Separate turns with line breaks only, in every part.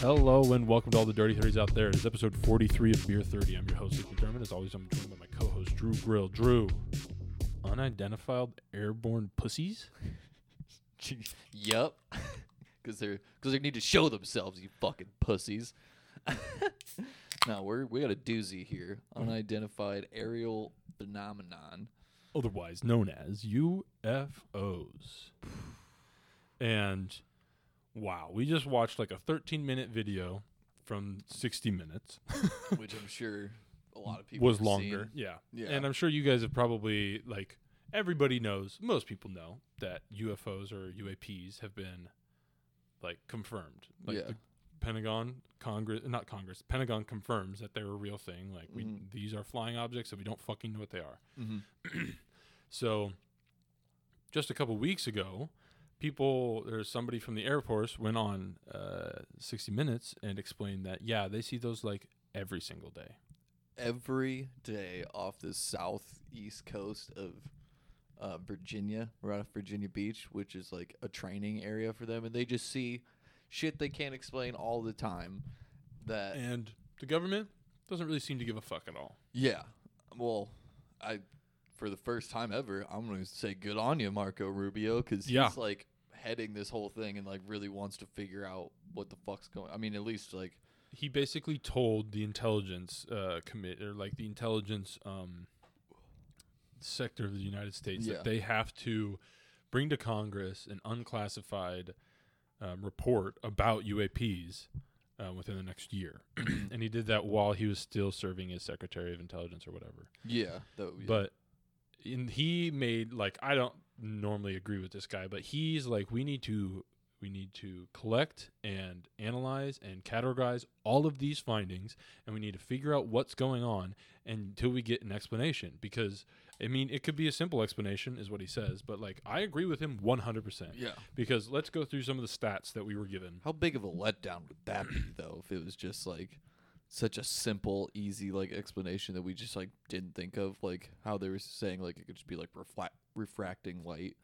Hello and welcome to all the Dirty 30s out there. It is episode 43 of Beer 30. I'm your host, Luke McDermott. As always, I'm joined by my co host, Drew Grill. Drew, unidentified airborne pussies?
Yup. Because they're because they need to show themselves, you fucking pussies. no, we're we got a doozy here. Unidentified aerial phenomenon.
Otherwise known as UFOs. And wow, we just watched like a 13 minute video from 60 Minutes.
which I'm sure a lot of people
was
have seen.
longer. Yeah.
Yeah.
And I'm sure you guys have probably like everybody knows, most people know that UFOs or UAPs have been like confirmed. Like
Yeah.
the Pentagon, Congress, not Congress, Pentagon confirms that they're a real thing. Like we,
Mhm.
these are flying objects that we don't fucking know what they are.
Mhm.
So, just a couple weeks ago, people there's somebody from the Air Force went on uh, 60 Minutes and explained that yeah, they see those like every single day.
Every day off the southeast coast of uh, Virginia, right off Virginia Beach, which is like a training area for them, and they just see shit they can't explain all the time. That
And the government doesn't really seem to give a fuck at all.
Yeah. Well, I for the first time ever, I'm going to say good on you, Marco Rubio, because
Yeah.
he's like heading this whole thing and like really wants to figure out what the fuck's going. I mean, at least like
He basically told the intelligence uh, commit or like the intelligence um, sector of the United States
Yeah.
that they have to bring to Congress an unclassified um, report about UAPs uh, within the next year, and he did that while he was still serving as Secretary of Intelligence or whatever.
yeah, though, yeah.
but in, he made like I don't normally agree with this guy, but he's like we need to we need to collect and analyze and categorize all of these findings and we need to figure out what's going on until we get an explanation because I mean it could be a simple explanation is what he says, but like I agree with him 100%
yeah.
because let's go through some of the stats that we were given.
How big of a letdown would that be though if it was just like such a simple, easy like explanation that we just like didn't think of, like how they were saying like it could just be like refla- refracting light.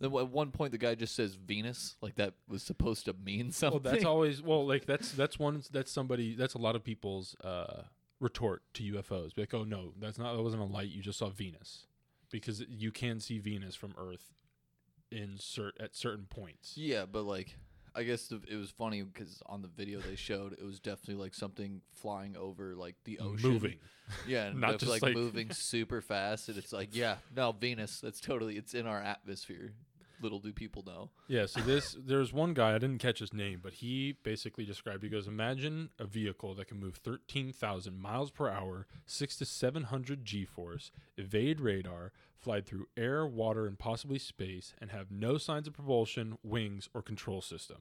Then at one point the guy just says Venus, like that was supposed to mean
Well,
something.
Oh, that's always well, like that's that's one that's somebody that's a lot of people's uh, retort to UFOs. Be like, oh no, that's not that wasn't a light. You just saw Venus, because you can see Venus from Earth in cert at certain points.
Yeah, but like, I guess the, it was funny because on the video they showed, it was definitely like something flying over like the ocean,
Moving,
Yeah, and
not
it was,
just,
like,
like-
moving super fast, and it's like, yeah, no, Venus. That's totally. It's in our atmosphere. Little do people know.
yeah. So this there's one guy I didn't catch his name, but he basically described. He goes, imagine a vehicle that can move thirteen thousand miles per hour, six to seven hundred g force, evade radar, fly through air, water, and possibly space, and have no signs of propulsion, wings, or control system.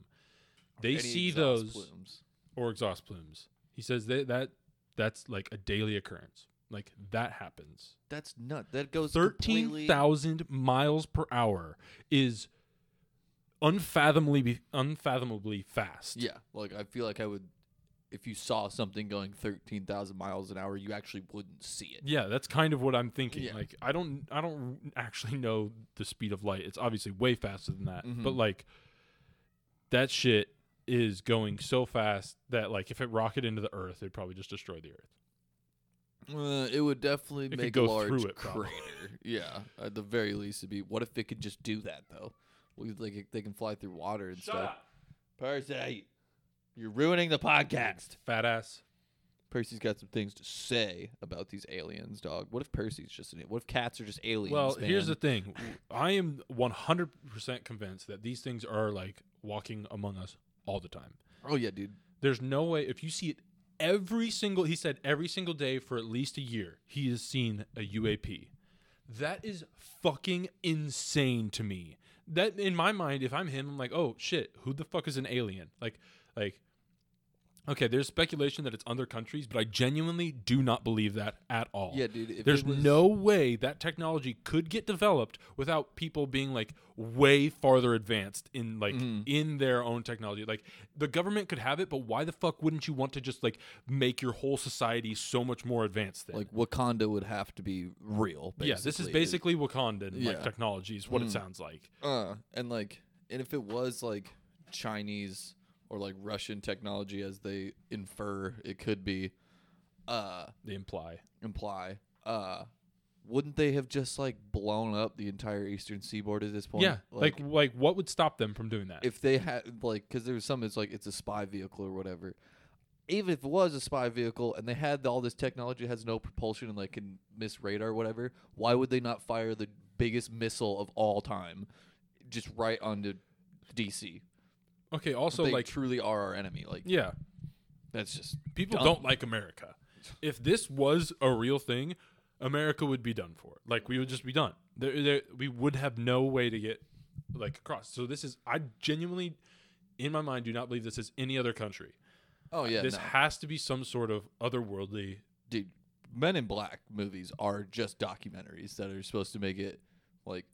They
Any
see
exhaust
those
plumes.
or exhaust plumes. He says that that that's like a daily occurrence. Like that happens.
That's nut. That goes
Thirteen
completely-
thousand miles per hour is unfathomably unfathomably fast.
Yeah, like I feel like I would. If you saw something going thirteen thousand miles an hour, you actually wouldn't see it.
Yeah, that's kind of what I'm thinking.
Yeah.
Like I don't I don't actually know the speed of light. It's obviously way faster than that.
Mhm.
But like that shit is going so fast that like if it rocketed into the earth, it'd probably just destroy the earth.
Uh, it would definitely
could
make
go
a large
through it, probably.
crater. yeah, at the very least, it'd be. What if it could just do that though? We like it- they can fly through water and stuff. Percy, you're ruining the podcast.
Fat ass.
Percy's got some things to say about these aliens, dog. What if Percy's just an? a- What if cats are just aliens?
Well, here's the
man?
thing. I am 100% convinced that these things are like walking among us all the time.
Oh yeah, dude.
There's no way if you see it every single he said every single day for at least a year, he has seen a UAP. That is fucking insane to me. That in my mind if I'm him, I'm like, "Oh shit, who the fuck is an alien?" Like like Okay, there's speculation that it's other countries, but I genuinely do not believe that at all.
Yeah, dude. If it
There's
was-
no way that technology could get developed without people being like way farther advanced in like
Mm-hmm.
in their own technology. Like the government could have it, but why the fuck wouldn't you want to just like make your whole society so much more advanced then?
like Wakanda would have to be real. Basically.
yeah, this is basically Wakandan like
Yeah. Mm.
technology is what it sounds like.
Uh, and like, and if it was like Chinese or like Russian technology as they infer it could be uh
They imply.
imply uh wouldn't they have just like blown up the entire eastern seaboard at this point
yeah, like, like what would stop them from doing that?
if they had like because there was some it's like it's a spy vehicle or whatever even if it was a spy vehicle and they had all this technology that has no propulsion and like can miss radar or whatever why would they not fire the biggest missile of all time just right onto dc
okay, also
they
like
truly are our enemy like
yeah,
that's just
people
dumb.
don't like America. If this was a real thing, America would be done for. Like we would just be done. There, there, we would have no way to get like across. So this is I genuinely, in my mind, do not believe this is any other country.
oh yeah
this
no.
has to be some sort of otherworldly.
dude men in black movies are just documentaries that are supposed to make it like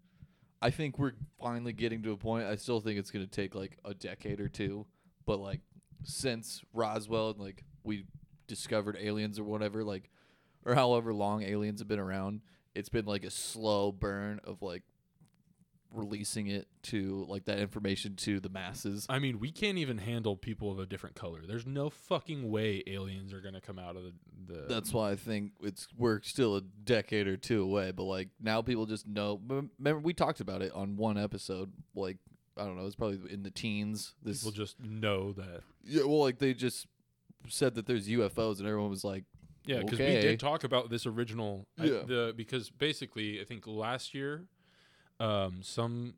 i think we're finally getting to a point i still think it's going to take like a decade or two but like since roswell and like we discovered aliens or whatever like or however long aliens have been around it's been like a slow burn of like releasing it to like that information to the masses
I mean, we can't even handle people of a different color. There's no fucking way aliens are gonna come out of the. the
That's why I think it's we're still a decade or two away, but like now people just know. m- Remember, we talked about it on one episode. Like I don't know, it's probably in the teens. This
people just know that.
yeah, well, like they just said that there's UFOs, and everyone was like,
Yeah, because we
Okay.
did talk about this original. I-
Yeah.
the because basically, I think last year, um, some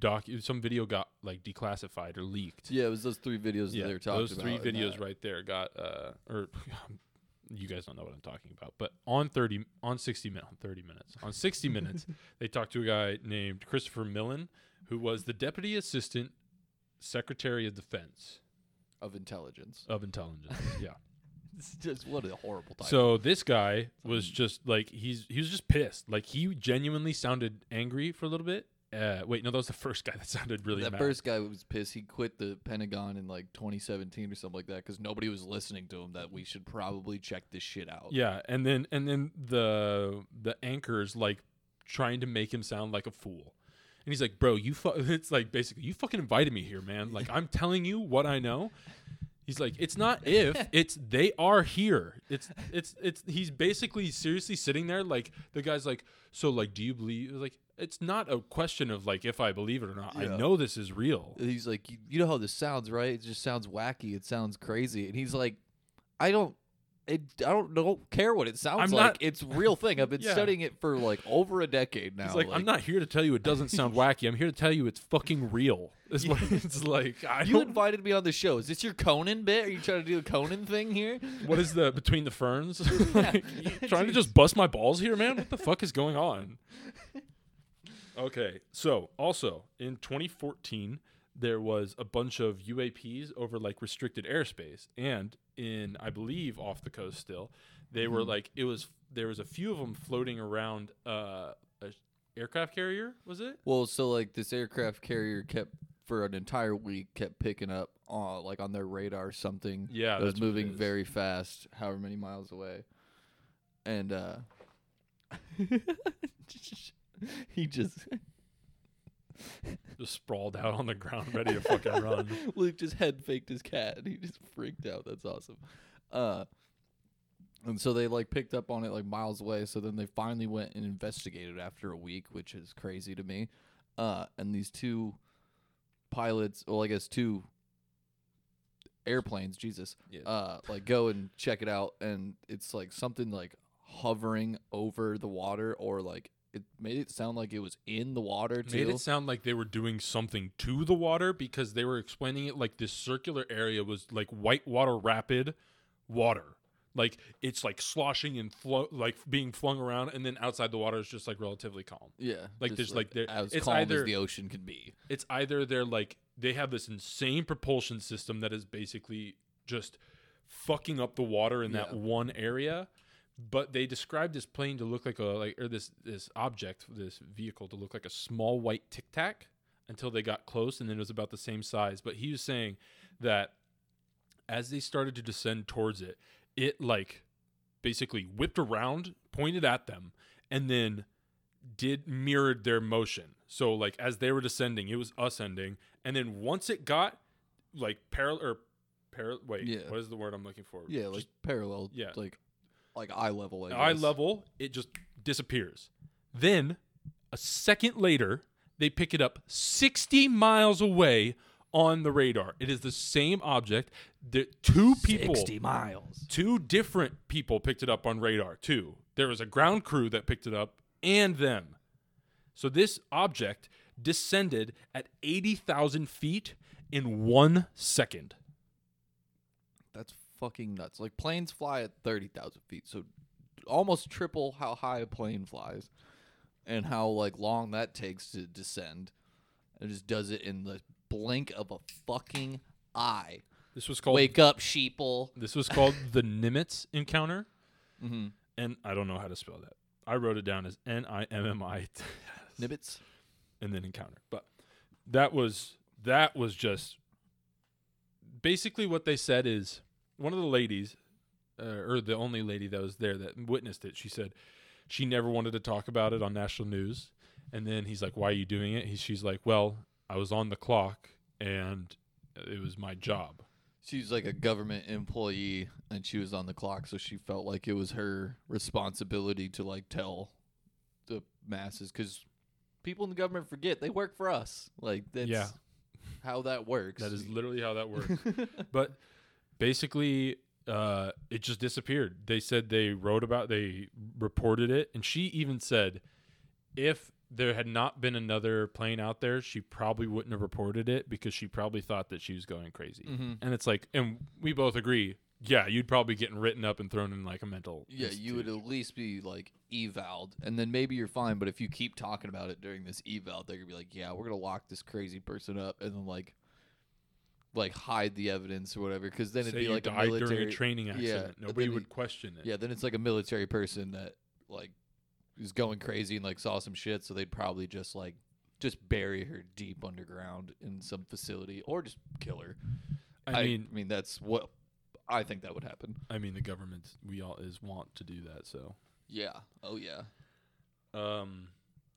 doc, some video got like declassified or leaked.
yeah, it was those three videos that they were talking
those
about.
three
and
videos
that-
right there got uh or you guys don't know what I'm talking about, but on thirty on sixty minutes on thirty minutes on sixty minutes they talked to a guy named Christopher Millen who was the deputy assistant secretary of defense
of intelligence.
of intelligence. Yeah.
It's just what a horrible time.
So this guy was just like he's he was just pissed. Like he genuinely sounded angry for a little bit. Uh, wait, no, that was the first guy that sounded really
that
mad.
first guy was pissed. He quit the Pentagon in like 2017 or something like that because nobody was listening to him. That we should probably check this shit out.
Yeah, and then and then the the anchors like trying to make him sound like a fool. And he's like, "Bro, you fu-, it's like basically you fucking invited me here, man. Like I'm telling you what I know." He's like, "It's not if, it's they are here." It's it's it's he's basically seriously sitting there like the guy's like, "So like do you believe like it's not a question of like if I believe it or not.
Yeah.
I know this is real."
And he's like, you, you know how this sounds, right? It just sounds wacky. It sounds crazy. And he's like, I don't, it, I don't know, care what it sounds
I'm
like.
not-
it's a real thing. I've been
Yeah.
studying it for like over a decade now.
It's like, I'm not here to tell you it doesn't sound wacky. I'm here to tell you it's fucking real. Is what it's like. I
You
don't
invited me on the show. Is this your Conan bit? Are you trying to do a Conan thing here?
What is the between the ferns? Like, you trying to just bust my balls here, man? What the fuck is going on? Okay, so also in 2014, there was a bunch of UAPs over like restricted airspace, and in I believe off the coast still, they were like it was there was a few of them floating around uh, a aircraft carrier. Was it?
Well, so like this aircraft carrier kept for an entire week kept picking up on like on their radar something.
Yeah,
that was
that's what it
moving
is.
very fast, however many miles away, and uh, he just
Just sprawled out on the ground, ready to fucking run.
Luke just head faked his cat, and he just freaked out. That's awesome. Uh, and so they like picked up on it like miles away. So then they finally went and investigated after a week, which is crazy to me. Uh, and these two pilots, well, I guess two airplanes, Jesus,
Yeah.
uh, like go and check it out, and it's like something like hovering over the water, or like it made it sound like it was in the water too.
Made it sound like they were doing something to the water because they were explaining it like this circular area was like whitewater rapid water. Like it's like sloshing and flo- like being flung around, and then outside the water is just like relatively calm.
yeah,
like, there's, like, there-
as
it's
calm as
either-
the ocean can be.
It's either they're like they have this insane propulsion system that is basically just fucking up the water in that
Yeah.
one area, but they described this plane to look like a like or this this object, this vehicle to look like a small white tic tac until they got close and then it was about the same size. But he was saying that as they started to descend towards it, it like basically whipped around, pointed at them, and then did mirrored their motion. So like as they were descending, it was ascending, and then once it got like parallel or parallel. Wait,
Yeah.
what is the word I'm looking for?
Yeah, like parallel.
yeah.
like like eye level. I
Just eye
guess.
level. It just disappears. Then a second later, they pick it up 60 miles away on the radar. It is the same object. The two people
miles.
two different people picked it up on radar too. There was a ground crew that picked it up and them. So this object descended at 80,000 feet in one second.
That's fucking nuts. Like planes fly at thirty thousand feet, so almost triple how high a plane flies, and how like long that takes to descend. It just does it in the blink of a fucking eye.
This was called
Wake up, sheeple.
this was called the Nimitz encounter. And I don't know how to spell that. I wrote it down as N I M M I
Nibbits.
and then encounter. But that was that was just basically what they said is one of the ladies uh, or the only lady that was there that witnessed it. She said she never wanted to talk about it on national news. And then he's like, "Why are you doing it?" He, she's like, "Well, I was on the clock and it was my job."
She's like a government employee, and she was on the clock, so she felt like it was her responsibility to like tell the masses because people in the government forget they work for us. Like that's
Yeah.
how that works.
That is literally how that works. but basically, uh, it just disappeared. They said they wrote about, they reported it, and she even said if there had not been another plane out there, she probably wouldn't have reported it because she probably thought that she was going crazy.
Mhm.
And it's like, and we both agree, yeah, you'd probably getting written up and thrown in like a mental.
yeah. You would
institute.
at least be like evaled, and then maybe you're fine. But if you keep talking about it during this eval, they're gonna be like, "Yeah, we're gonna lock this crazy person up," and then like, like hide the evidence or whatever. Because then it'd
Say
be
you
like a
died
military
during a training
yeah,
accident.
but
Nobody
then
would
you-
question it.
Yeah, then it's like a military person that like is going crazy and like saw some shit, so they'd probably just like just bury her deep underground in some facility or just kill her.
I mean,
I mean that's what I think that would happen.
I mean, the government we all is want to do that. So
Yeah. Oh yeah.
Um,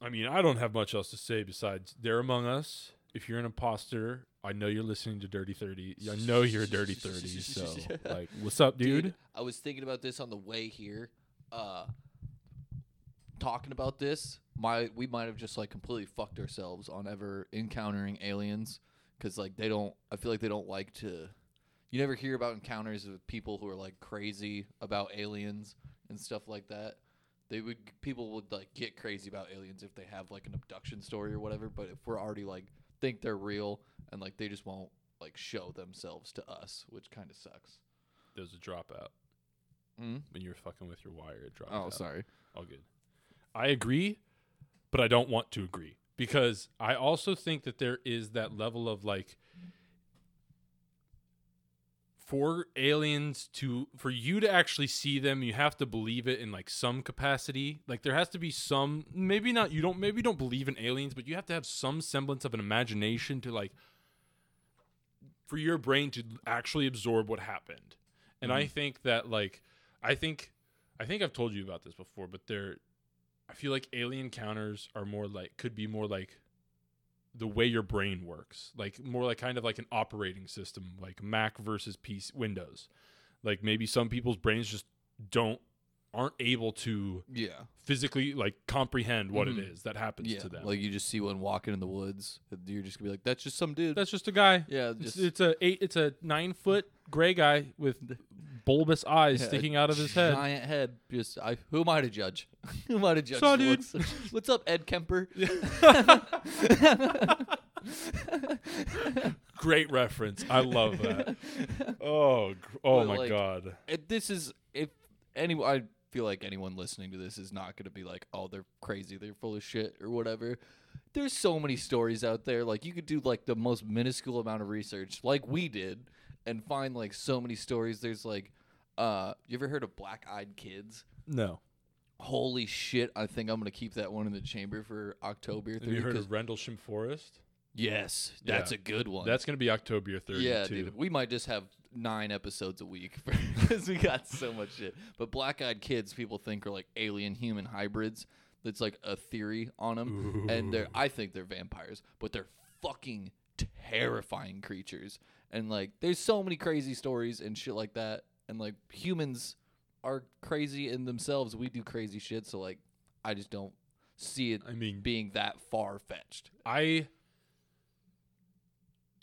I mean, I don't have much else to say besides they're among us. If you're an imposter, I know you're listening to Dirty Thirty. I know you're a Dirty Thirty. So,
Yeah.
like, what's up, dude?
I was thinking about this on the way here. Uh talking about this, my we might have just like completely fucked ourselves on ever encountering aliens cuz like they don't I feel like they don't like to you never hear about encounters of people who are like crazy about aliens and stuff like that. They would people would like get crazy about aliens if they have like an abduction story or whatever, but if we're already like think they're real and like they just won't like show themselves to us, which kind of sucks.
There's a dropout
Mm?
when you're fucking with your wire. It dropped.
Oh,
out.
sorry.
All good. I agree, but I don't want to agree because I also think that there is that level of like for aliens to for you to actually see them, you have to believe it in like some capacity. Like there has to be some maybe not you don't maybe you don't believe in aliens, but you have to have some semblance of an imagination to like for your brain to actually absorb what happened. And I think that like I think I think I've told you about this before, but there I feel like alien encounters are more like could be more like the way your brain works. Like more like kind of like an operating system, like Mac versus PC Windows. Like maybe some people's brains just don't aren't able to
Yeah.
physically like comprehend what it
Mhm.
is that happens
Yeah.
to them.
Like you just see one walking in the woods, and you're just gonna be like, "That's just some dude."
that's just a guy.
yeah,
It's,
just
it's a eight. It's a nine foot gray guy with bulbous eyes
yeah, a
sticking out of his head.
Giant head. Just I. Who am I to judge? who am I to judge?
Saw
the
dude.
looks? What's up, Ed Kemper?
Great reference. I love that. Oh, gr- oh
But,
my
like,
god.
It- this is if any. I feel like anyone listening to this is not gonna be like, "Oh, they're crazy. They're full of shit" or whatever. There's so many stories out there. Like you could do like the most minuscule amount of research, like we did, and find like so many stories. There's like, uh, you ever heard of Black Eyed Kids?
No.
Holy shit! I think I'm gonna keep that one in the chamber for October. 30,
Have you heard
'cause-
of Rendlesham Forest?
yes, that's
Yeah.
a good one.
That's going to be October 30
yeah,
too.
dude. We might just have nine episodes a week because we got so much shit. But black-eyed kids, people think are like alien human hybrids. That's like a theory on them, and they're I think they're vampires, but they're fucking terrifying creatures. and like there's so many crazy stories and shit like that and like humans are crazy in themselves we do crazy shit so like i just don't see it
I mean,
being that far fetched
I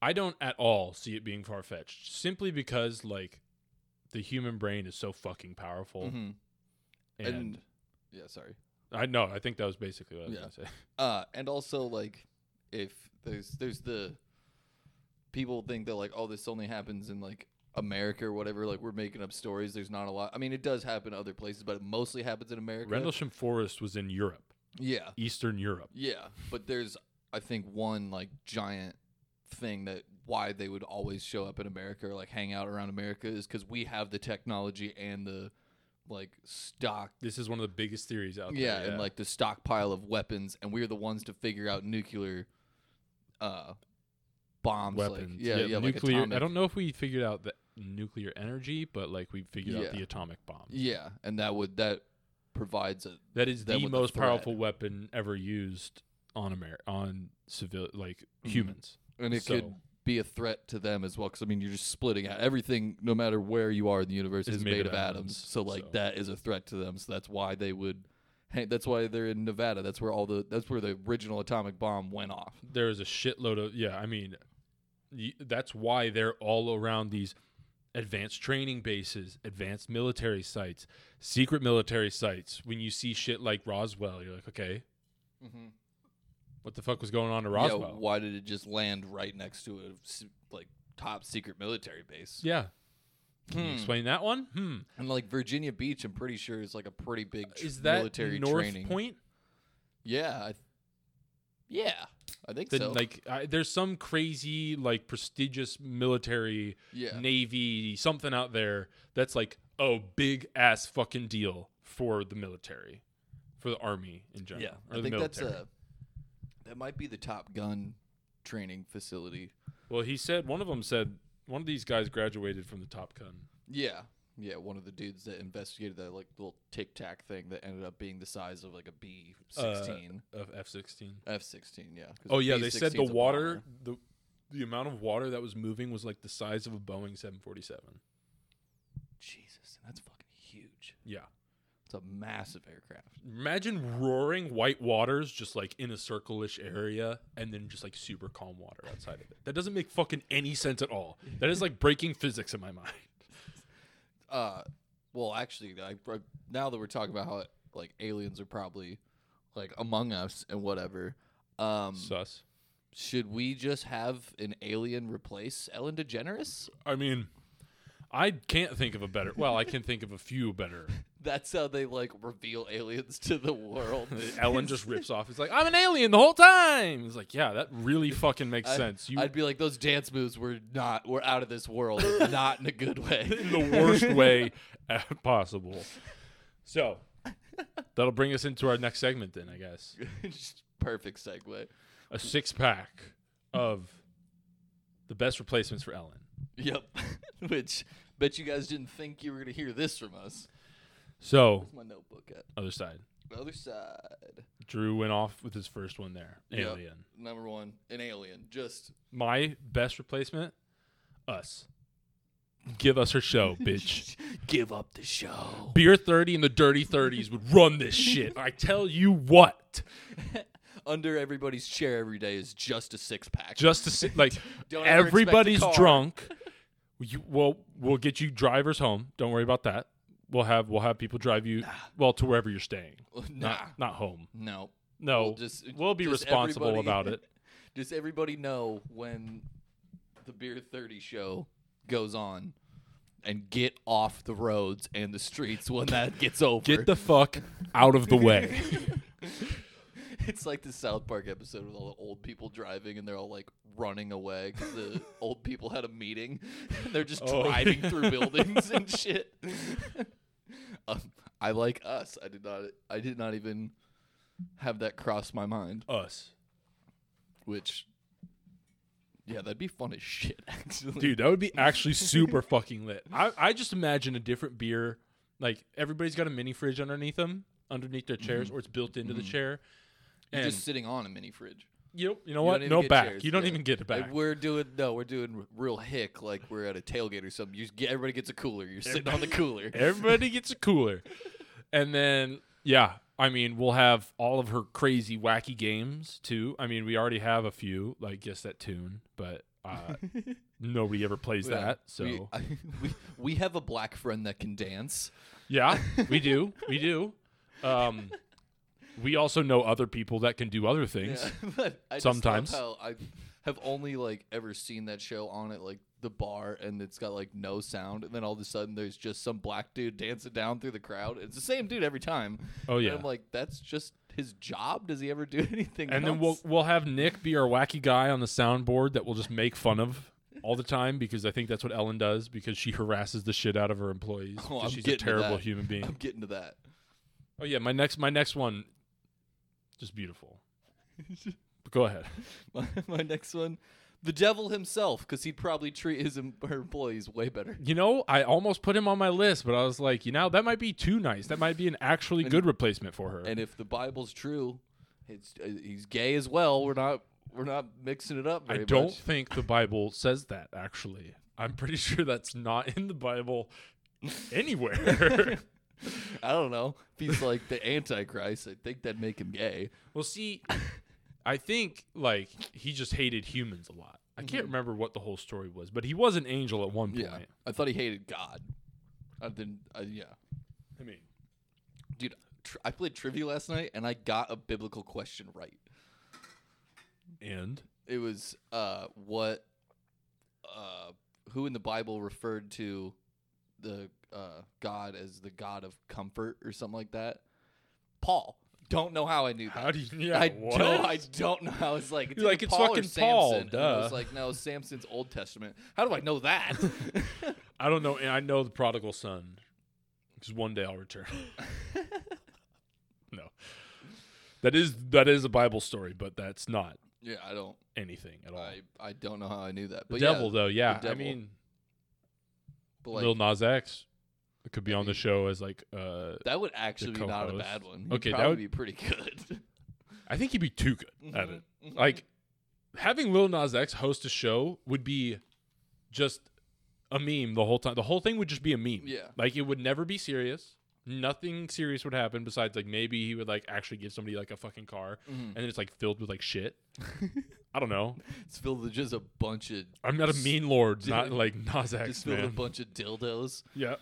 I don't at all see it being far fetched simply because like the human brain is so fucking powerful and,
Mm-hmm. and yeah sorry
I know I think that was basically what I was
Yeah.
going to say.
Uh, and also like if there's there's the people think that like oh this only happens in like America or whatever like we're making up stories there's not a lot I mean it does happen in other places but it mostly happens in America
Rendlesham Forest was in Europe,
yeah
Eastern Europe.
yeah but there's I think one like giant thing that why they would always show up in America or like hang out around America is because we have the technology and the like stock
This is one of the biggest theories out
yeah,
there.
and like the stockpile of weapons, and we are the ones to figure out nuclear uh, bombs.
weapons.
Like, yeah, yeah,
nuclear.
Like
I
atomic-
don't know if we figured out the nuclear energy, but like we figured out
Yeah.
the atomic bomb.
Yeah, and that would that provides a
That is
That
the
with the
most
threat.
powerful weapon ever used on Amer- on civil like
Mhm.
humans.
and it could
So-
be a threat to them as well. Because I mean, you're just splitting out everything. No matter where you are in the universe,
Is
is made, of atoms. So like
so-
that is a threat to them. So that's why they would. Hey, that's why they're in Nevada. That's where all the that's where the original atomic bomb went off.
There is a shitload of yeah. I mean, y- that's why they're all around these advanced training bases, advanced military sites, secret military sites. When you see shit like Roswell, you're like, okay,
Mm-hmm.
what the fuck was going on in
Yeah,
Roswell?
why did it just land right next to a s- like top secret military base?
Yeah. Can you
Hmm.
explain that one? Hmm.
And like Virginia Beach, I'm pretty sure is like a pretty big tr-
Is that
military
North
training.
Point?
Yeah, I th- yeah, I think
Then
so.
like I, there's some crazy like prestigious military
yeah,
navy something out there that's like oh big ass fucking deal for the military, for the army in general.
yeah.
or
I
the
think that's
military.
a that might be the Top Gun training facility.
Well, he said one of them said one of these guys graduated from the Top Gun.
Yeah, yeah. One of the dudes that investigated that like little tic tac thing that ended up being the size of like a B sixteen,
of F sixteen.
F sixteen. Yeah. 'cause
Uh, Oh yeah, they said the
B-16 's a
water
bomber.
the the amount of water that was moving was like the size of a Boeing seven forty seven.
Jesus, that's fucking huge.
Yeah.
It's a massive aircraft.
Imagine roaring white waters just like in a circle-ish area and then just like super calm water outside of it. That doesn't make fucking any sense at all. That is like breaking physics in my mind.
uh well actually I, I- now that we're talking about how like aliens are probably like among us and whatever um
Sus.
should we just have an alien replace ellen degeneres
I mean, I can't think of a better. Well, I can think of a few better.
that's how they like reveal aliens to the world
Ellen just rips off. He's like, "I'm an alien the whole time." He's like, "Yeah, that really fucking makes
I-
sense." You
I'd be like, those dance moves were not, were out of this world, but not in a good way.
in the worst way uh, possible. So, that'll bring us into our next segment then, I guess.
Just Perfect segue.
a six pack of the best replacements for Ellen.
Yep. Which, bet you guys didn't think you were going to hear this from us.
So,
Where's my notebook at?
other side.
Other side.
Drew went off with his first one there.
Yeah.
Alien.
Number one, an alien. Just
My best replacement, us. Give us her show, bitch.
give up the show.
Beer 30 and the Dirty 30s would run this shit. I tell you what.
Under everybody's chair every day is just a six pack.
Just to sit, like,
Don't ever expect a
everybody's
car.
drunk. You, well, we'll get you drivers home. Don't worry about that. We'll have we'll have people drive you well to wherever you're staying.
nah.
Not not home.
no.
No,
We'll just-
Oh,
uh,
we'll be
just
responsible
everybody-
about it.
Does everybody know when the beer thirty show goes on? And get off the roads and the streets when that gets over.
Get the fuck out of the way.
it's like the South Park episode with all the old people driving and they're all like running away because the old people had a meeting and they're just
Oh.
driving through buildings and shit. um, I like us. I did not. I did not even have that cross my mind.
Us,
Which, yeah, that'd be fun as shit. Actually,
dude, that would be actually super fucking lit. I, I just imagine a different beer. Like everybody's got a mini fridge
Mm-hmm.
underneath them, underneath their chairs, or it's built into the chair.
You're
And
just sitting on a mini fridge.
you, you know
You
what?
don't even
No
get
back.
chairs,
You don't
yeah.
even get it
Like,
back.
we're doing no, we're doing real hick like we're at a tailgate or something. You just get, everybody gets a cooler. You're sitting on the cooler.
Everybody gets a cooler. And then, yeah, I mean, we'll have all of her crazy, wacky games too. I mean, we already have a few, like just that tune, but uh, nobody ever plays
Yeah.
that. So,
we, we we have a black friend that can dance.
yeah, we do. We do. Um, we also know other people that can do other things.
Yeah, but I just love
Sometimes.
how I have only like ever seen that show on at like the bar, and it's got like no sound, and then all of a sudden there's just some black dude dancing down through the crowd. It's the same dude every time.
Oh, yeah.
and I'm like, that's just his job. Does he ever do anything?
And then we'll
else?
we'll have Nick be our wacky guy on the soundboard that we'll just make fun of all the time because I think that's what Ellen does because she harasses the shit out of her employees
Oh,
because
I'm
she's a
getting to
terrible
that.
human
I'm
being.
getting to that.
Oh yeah, my next my next one just beautiful. But go ahead.
My, my next one, the devil himself, because he'd probably treat his em- her employees way better.
You know, I almost put him on my list, but I was like, you know, that might be too nice. That might be an actually good replacement for her.
And if the Bible's true, it's uh, he's gay as well. We're not we're not mixing it up.
I
very
don't
much.
think the Bible says that actually. I'm pretty sure that's not in the Bible anywhere.
I don't know. If he's like the Antichrist, I think that'd make him gay.
Well, see, I think like he just hated humans a lot. I can't remember what the whole story was, but he was an angel at one point.
Mm-hmm. Yeah. I thought he hated God. I didn't. I, yeah,
I mean,
dude. Tr- I played trivia last night and I got a biblical question right.
and
It was uh, what, uh, who in the Bible referred to the uh, God as the God of comfort or something like that. Paul. Don't know how I knew that.
how do you? Yeah,
I
what?
don't. I don't know. I was like, it's,
You're
either
like, it's
Paul or
fucking
Samson.
Paul,
And I was
duh.
like, no, Samson's Old Testament. How do I know that?
I don't know. And I know the prodigal son, because one day I'll return. no, that is that is a Bible story, but that's not
yeah, I don't.
anything at all.
I, I don't know how I knew that.
the
But
devil,
yeah,
though, yeah. I
devil.
mean,
but like,
Lil Nas X could be
I
on the
mean-
show as like. uh
that would actually be not a
co-host.
bad one. He'd
Okay, that
probably
would-
be pretty good.
I think he'd be too good at
Mhm,
it. Like having Lil Nas X host a show would be just a meme the whole time. The whole thing would just be a meme.
Yeah.
Like it would never be serious. Nothing serious would happen besides like maybe he would like actually give somebody like a fucking car
Mm-hmm.
and then it's like filled with like shit. I don't know.
it's filled with just a bunch of
I'm not a mean lord, not
Dude.
like Nas
just
X,
filled with
man.
a bunch of dildos.
yeah.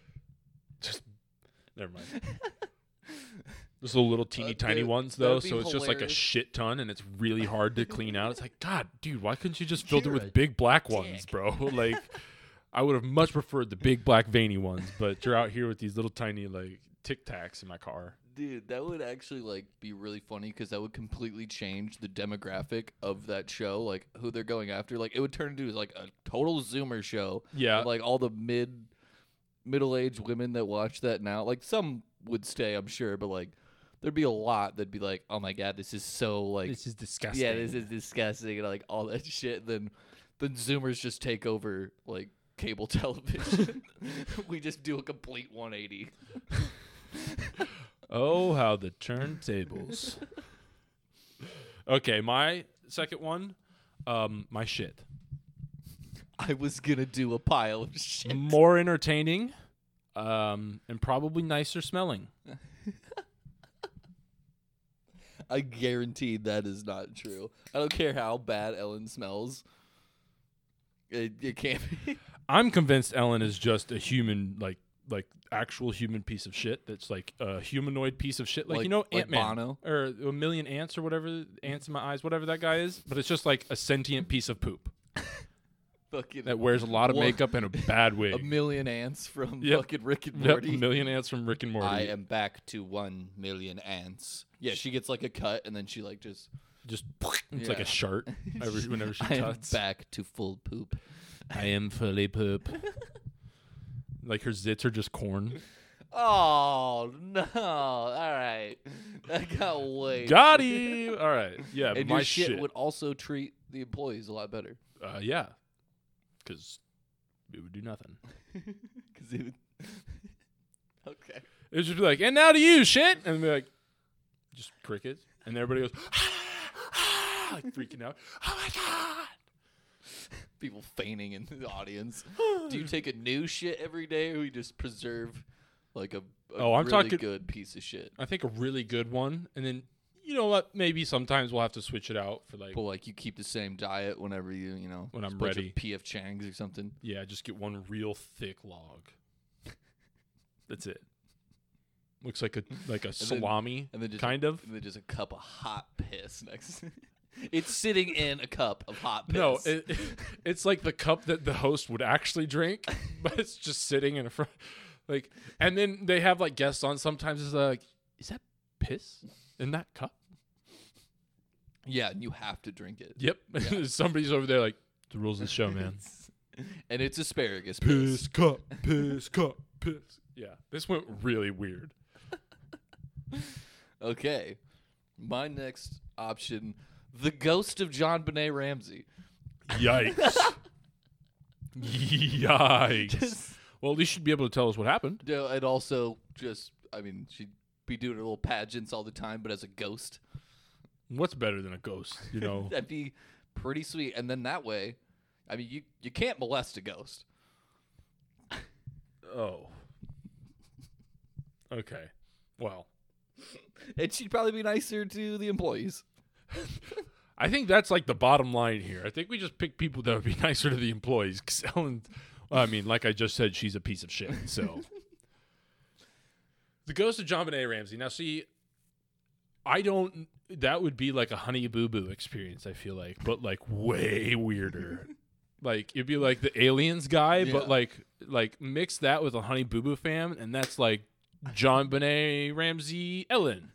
just never mind. Just the little teeny
Uh,
tiny
dude,
ones though,
that'd be
so it's just like a
hilarious.
shit ton, and it's really hard to clean out. It's like, God, dude, why couldn't you just filled it
You're a
with big black ones,
dick.
bro? Like, I would have much preferred the big black veiny ones, but you're out here with these little tiny like Tic Tacs in my car.
Dude, that would actually like be really funny because that would completely change the demographic of that show, like who they're going after. Like it would turn into like a total Zoomer show.
Yeah.
of, like all the mid middle aged women that watch that now. Like some would stay, I'm sure, but like there'd be a lot that'd be like, Oh my god, this is so like
is disgusting.
Yeah, this is disgusting and like all that shit. Then then Zoomers just take over like cable television. we just do a complete one eighty.
Oh, how the turntables. okay, my second one, um, my shit.
I was gonna do a pile of shit.
more entertaining um, and probably nicer smelling.
I guarantee that is not true. I don't care how bad Ellen smells. It, it can't be.
I'm convinced Ellen is just a human, like like actual human piece of shit. That's like a humanoid piece of shit, like,
Like-
you know
like
Ant Man
Bono?
or a million ants or whatever ants in my eyes, whatever that guy is. But it's just like a sentient piece of poop
fucking
that wears a lot of
Wha-
makeup and a bad
a
wig.
million ants from
Yep.
fucking Rick and
Yep,
Morty.
a million ants from Rick and Morty.
I am back to one million ants. Yeah, she gets like a cut and then she like just.
just it's like
Yeah.
a shart every, whenever she
I am
cuts.
back to full poop.
I am fully poop. like her zits are just corn.
Oh no! All right, I got way.
Got him. All right. Yeah.
and
my
your shit, would also treat the employees a lot better
Uh, yeah, because it would do nothing.
because it would. okay.
It would just be like, and now to you, shit, and be like, just crickets, and everybody goes, god, freaking out. Oh my god.
People fainting in the audience. Do you take a new shit every day, or we just preserve like a, a
Oh, I'm
really
talking-
good piece of shit?
I think a really good one, and then you know what? Maybe sometimes we'll have to switch it out for like,
But like you keep the same diet whenever you you know
When
just
I'm
a bunch of
ready.
PF Chang's or something.
yeah, just get one real thick log. That's it. Looks like a like a salami,
and then just-
kind of.
And then just a cup of hot piss next. it's sitting in a cup of hot piss.
No, it, it's like the cup that the host would actually drink, but it's just sitting in front. Like, and then they have like guests on. Sometimes it's like, is that piss in that cup?
yeah, and you have to drink it.
Yep. Somebody's over there like the rules of the show, man.
And it's asparagus piss.
piss cup, piss cup, piss. Yeah, this went really weird.
Okay. My next option, the ghost of John Benet Ramsey.
Yikes. Yikes. Well, at least you'd be able to tell us what happened.
No, and also just I mean, she'd be doing her little pageants all the time, but as a ghost.
What's better than a ghost, you know?
That'd be pretty sweet. And then that way, I mean, you you can't molest a ghost.
oh. Okay. Well,
And she'd probably be nicer to the employees.
I think that's like the bottom line here. I think we just pick people that would be nicer to the employees. 'cause Ellen, I mean, like I just said, she's a piece of shit. So, the ghost of John Benet Ramsey. Now, see, I don't. That would be like a Honey Boo Boo experience. I feel like, but like way weirder. like it'd be like the aliens guy,
Yeah.
but like like mix that with a Honey Boo Boo fam, and that's like John Benet Ramsey Ellen.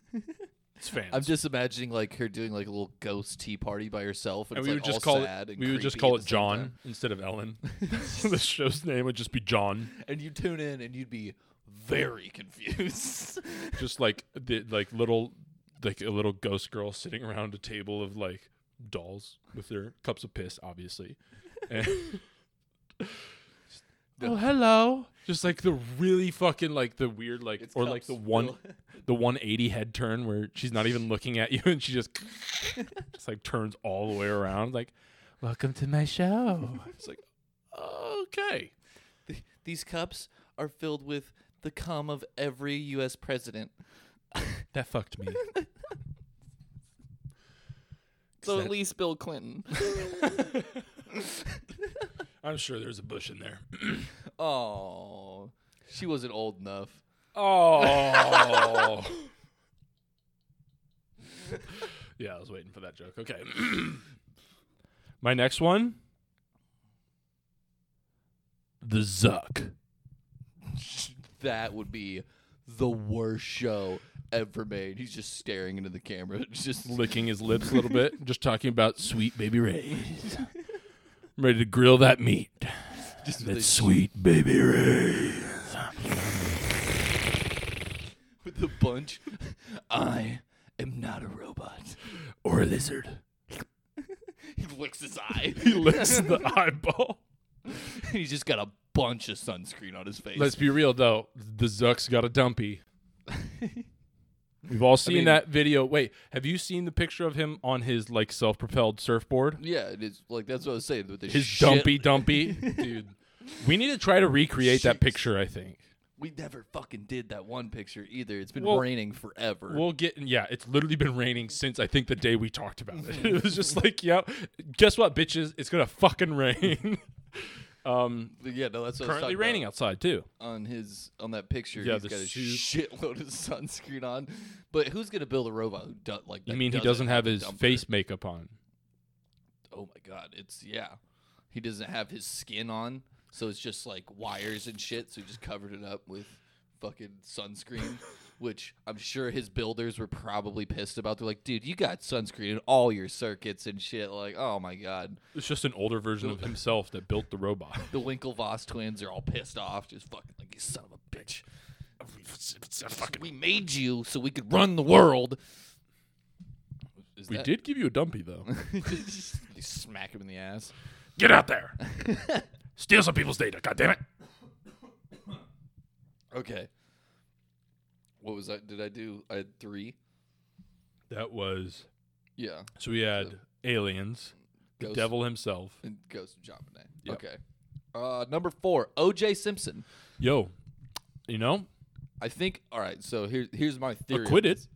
It's fans.
I'm just imagining like her doing like a little ghost tea party by herself,
and
and, it's,
we
like,
would just
all
call
sad
it
and
we would just
creepy
call
at
it
the same
John
time.
instead of Ellen. the show's name would just be John.
And you tune in, and you'd be very confused.
Just like the like little like a little ghost girl sitting around a table of like dolls with their cups of piss, obviously. And oh hello. Just like the really fucking like the weird like
It's
or like
cups.
the one
Well,
the 180 head turn where she's not even looking at you and she just just like turns all the way around like welcome to my show. It's like okay.
th- These cups are filled with the cum of every U.S. president.
That fucked me.
So at
That-
least Bill Clinton.
I'm sure there's a bush in there.
Oh, she wasn't old enough.
Oh. yeah, I was waiting for that joke. Okay. My next one The Zuck.
That would be the worst show ever made. He's just staring into the camera. It's just
Licking his lips a little bit, just talking about sweet baby rays. I'm ready to grill that meat.
just with
That
the,
sweet baby rays.
with the bunch. I am not a robot.
Or a lizard.
He licks his eye.
He licks the eyeball.
He's just got a bunch of sunscreen on his face.
Let's be real though, the Zuck's got a dumpy. We've all seen
mean-
that video. Wait, have you seen the picture of him on his like self-propelled surfboard?
yeah, it is like that's what I was saying. With the
His
shit-
dumpy dumpy, dude. We need to try to recreate that
Jeez.
picture. I think
We never fucking did that one picture either. It's been
Well-
raining forever.
we'll get. Yeah, it's literally been raining since I think the day we talked about it.
Mm-hmm.
It was just like, yeah, guess what, bitches? It's gonna fucking rain. um,
yeah, no, that's
currently
what I was talking about.
raining outside too.
on his on that picture.
Yeah,
he's
the
got a
shoes.
shitload of sunscreen on. But who's gonna build a robot who do, like?
You
that
mean he doesn't have
a
his
dumper?
face makeup on?
Oh my god, it's yeah. He doesn't have his skin on, so it's just like wires and shit. So he just covered it up with fucking sunscreen, which I'm sure his builders were probably pissed about. They're like, dude, you got sunscreen in all your circuits and shit. Like, oh my god,
It's just an older version of himself that built the robot.
the Winklevoss twins are all pissed off. Just fucking like you son of a bitch. We made you so we could run the world. Is
we
that-
did give you a dumpy though.
you smack him in the ass.
Get out there. Steal some people's data. God damn it.
Okay. What was that? Did I do? I had three.
That was
Yeah.
so we had aliens, the
Ghost.
devil himself.
And Ghost of Jabba
Yep.
Okay. Uh, number four, O.J. Simpson.
Yo, you know,
I think. All right. So here's here's my theory. on
acquitted.
this.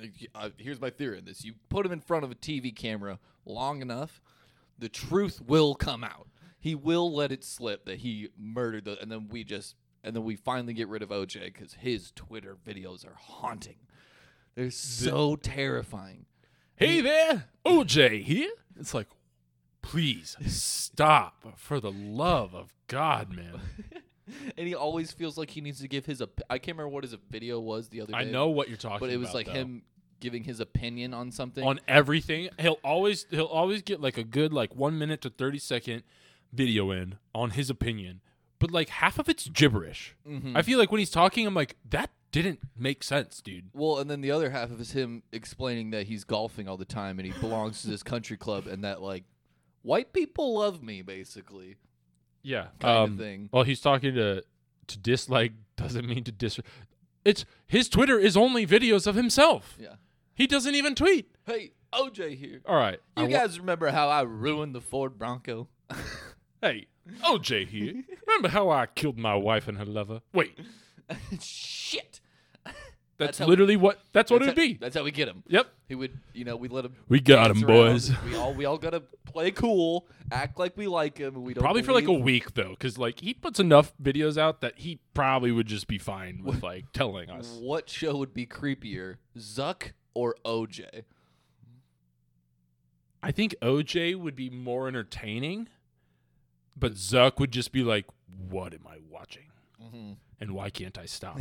Like, uh, here's my theory on this. You put him in front of a TV camera long enough, the truth will come out. He will let it slip that he murdered the, and then we just, and then we finally get rid of OJ because his Twitter videos are haunting. They're so terrifying.
Hey there, OJ here. It's like, please stop for the love of God, man.
And he always feels like he needs to give his. Op- I can't remember what his video was the other day.
I know what you're talking about.
but it was like
though.
him giving his opinion on something.
on everything. He'll always he'll always get like a good like 1 minute to 30 second video in on his opinion. But like half of it's gibberish.
Mm-hmm.
I feel like when he's talking I'm like that didn't make sense, dude.
Well, and then the other half of is him explaining that he's golfing all the time and he belongs to this country club and that like white people love me basically.
Yeah,
Kind of thing.
Well, Um, he's talking to to dislike doesn't mean to dis. It's his Twitter is only videos of himself.
Yeah.
He doesn't even tweet.
Hey, OJ here.
All right, I
You
wa-
guys remember how I ruined the Ford Bronco?
hey, OJ here. Remember how I killed my wife and her lover? Wait,
Shit.
that's,
how-
literally what. That's what
That's
it would
how-
be.
That's how we get him.
Yep.
He would, you know, we let him.
We got him,
dance
boys.
around. We all we all gotta play cool, act like we like him, and we don't.
Probably for like a
believe-
week though, because like he puts enough videos out that he probably would just be fine with like telling us.
What show would be creepier, Zuck or OJ?
I think OJ would be more entertaining, but Zuck would just be like, "What am I watching?
Mm-hmm.
And why can't I stop?"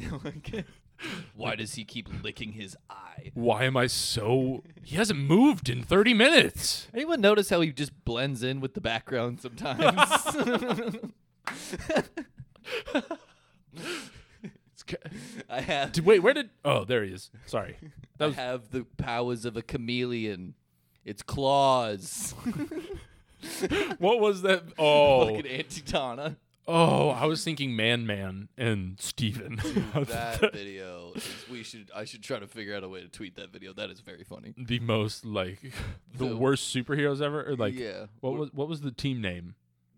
Why does he keep licking his eye?
Why am I so? He hasn't moved in 30 minutes.
Anyone notice how he just blends in with the background sometimes?
It's ca-
I have
Dude, wait, where did? Oh, there he is. Sorry, that
I
was
have the powers of a chameleon. It's claws.
what was that? Oh,
Fucking Antidana.
oh, I was thinking Man, Man, and Steven.
That video is, we should I should try to figure out a way to tweet that video. That is very funny.
the most like the,
The-
worst superheroes ever, or like
yeah.
what was what was the team name?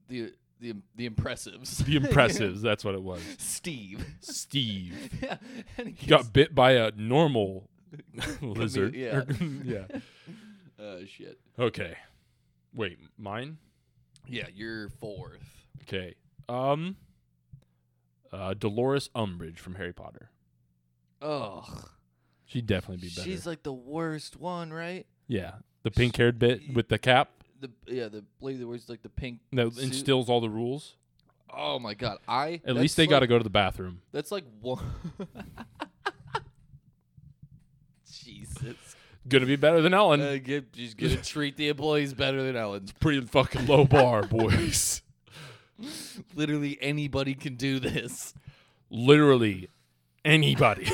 the the the impressives.
The Impressives. that's what it was.
Steve.
Steve.
yeah. And
He got bit by a normal lizard.
yeah.
yeah.
uh shit.
Okay. Wait, mine.
Yeah, you're fourth.
Okay. Um uh Dolores Umbridge from Harry Potter.
Ugh.
She'd definitely be better.
She's like the worst one, right?
yeah. The pink haired bit with the cap
The yeah, the lady that wears like the pink.
that
suit.
instills all the rules.
Oh my god! I
At least they
like,
gotta go to the bathroom.
That's like one. Jesus.
Gonna be better than Ellen.
Uh, get, she's gonna treat the employees better than Ellen's.
Pretty fucking low bar, boys.
Literally anybody can do this.
Literally anybody.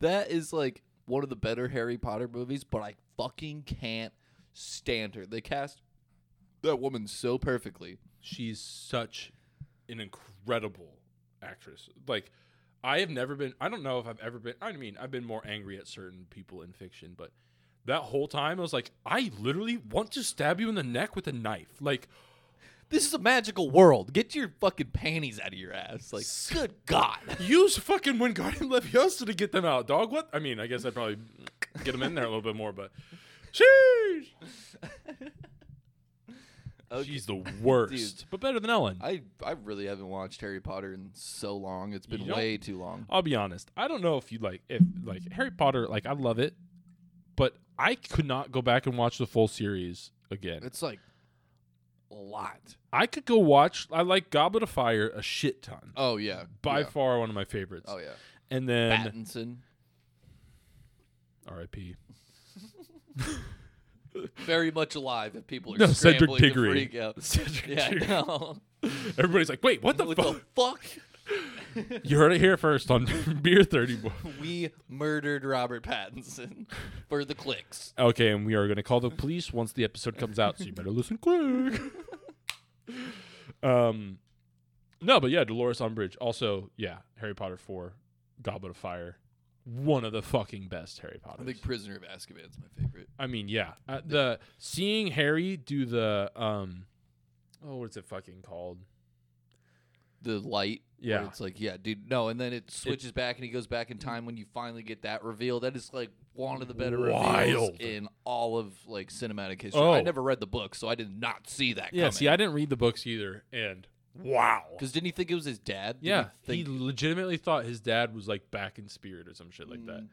That is like one of the better Harry Potter movies, but I fucking can't stand her. They cast that woman so perfectly.
she's such an incredible actress. Like, I have never been. I don't know if I've ever been. I mean, I've been more angry at certain people in fiction, but that whole time I was like, I literally want to stab you in the neck with a knife. Like,
This is a magical world. Get your fucking panties out of your ass. Like, good God.
use fucking Wingardium Leviosa to get them out, dog. What? I mean, I guess I probably get them in there a little bit more, but sheesh. She's the worst, but better than Ellen.
I I really haven't watched Harry Potter in so long. It's been
You don't-
way too long.
I'll be honest. I don't know if you like if like Harry Potter. Like I love it, but I could not go back and watch the full series again.
It's like a lot.
I could go watch. I like Goblet of Fire a shit ton.
Oh yeah,
By
yeah.
far one of my favorites.
Oh yeah,
And then
Pattinson,
R.I.P.
very much alive. If people are
No, Cedric
scrambling to
Diggory.
freak out.
Cedric
yeah,
Diggory.
no.
Everybody's like, wait, what the
what
fuck?
the fuck?
you heard it here first on Beer Thirty. Boy.
We murdered Robert Pattinson for the clicks.
Okay, and we are going to call the police once the episode comes out, so you better listen quick. um, no, but yeah, Dolores Umbridge. Also, yeah, Harry Potter 4, Goblet of Fire. one of the fucking best Harry Potter.
I think Prisoner of Azkaban's my favorite.
I mean, yeah, uh, the seeing Harry do the um, oh, what's it fucking called?
The light. where
Yeah.
It's like, yeah, dude, no. And then it switches back and he goes back in time when you finally get that reveal. That is like one of the better reveals
Wild.
in all of like cinematic history.
Oh.
I never read the book, so I did not see that
Yeah,
coming.
see, I didn't read the books either, and wow,
Because didn't he think it was his dad? Didn't
yeah,
He
he
think,
legitimately thought his dad was like back in spirit or some shit like
Mm.
that,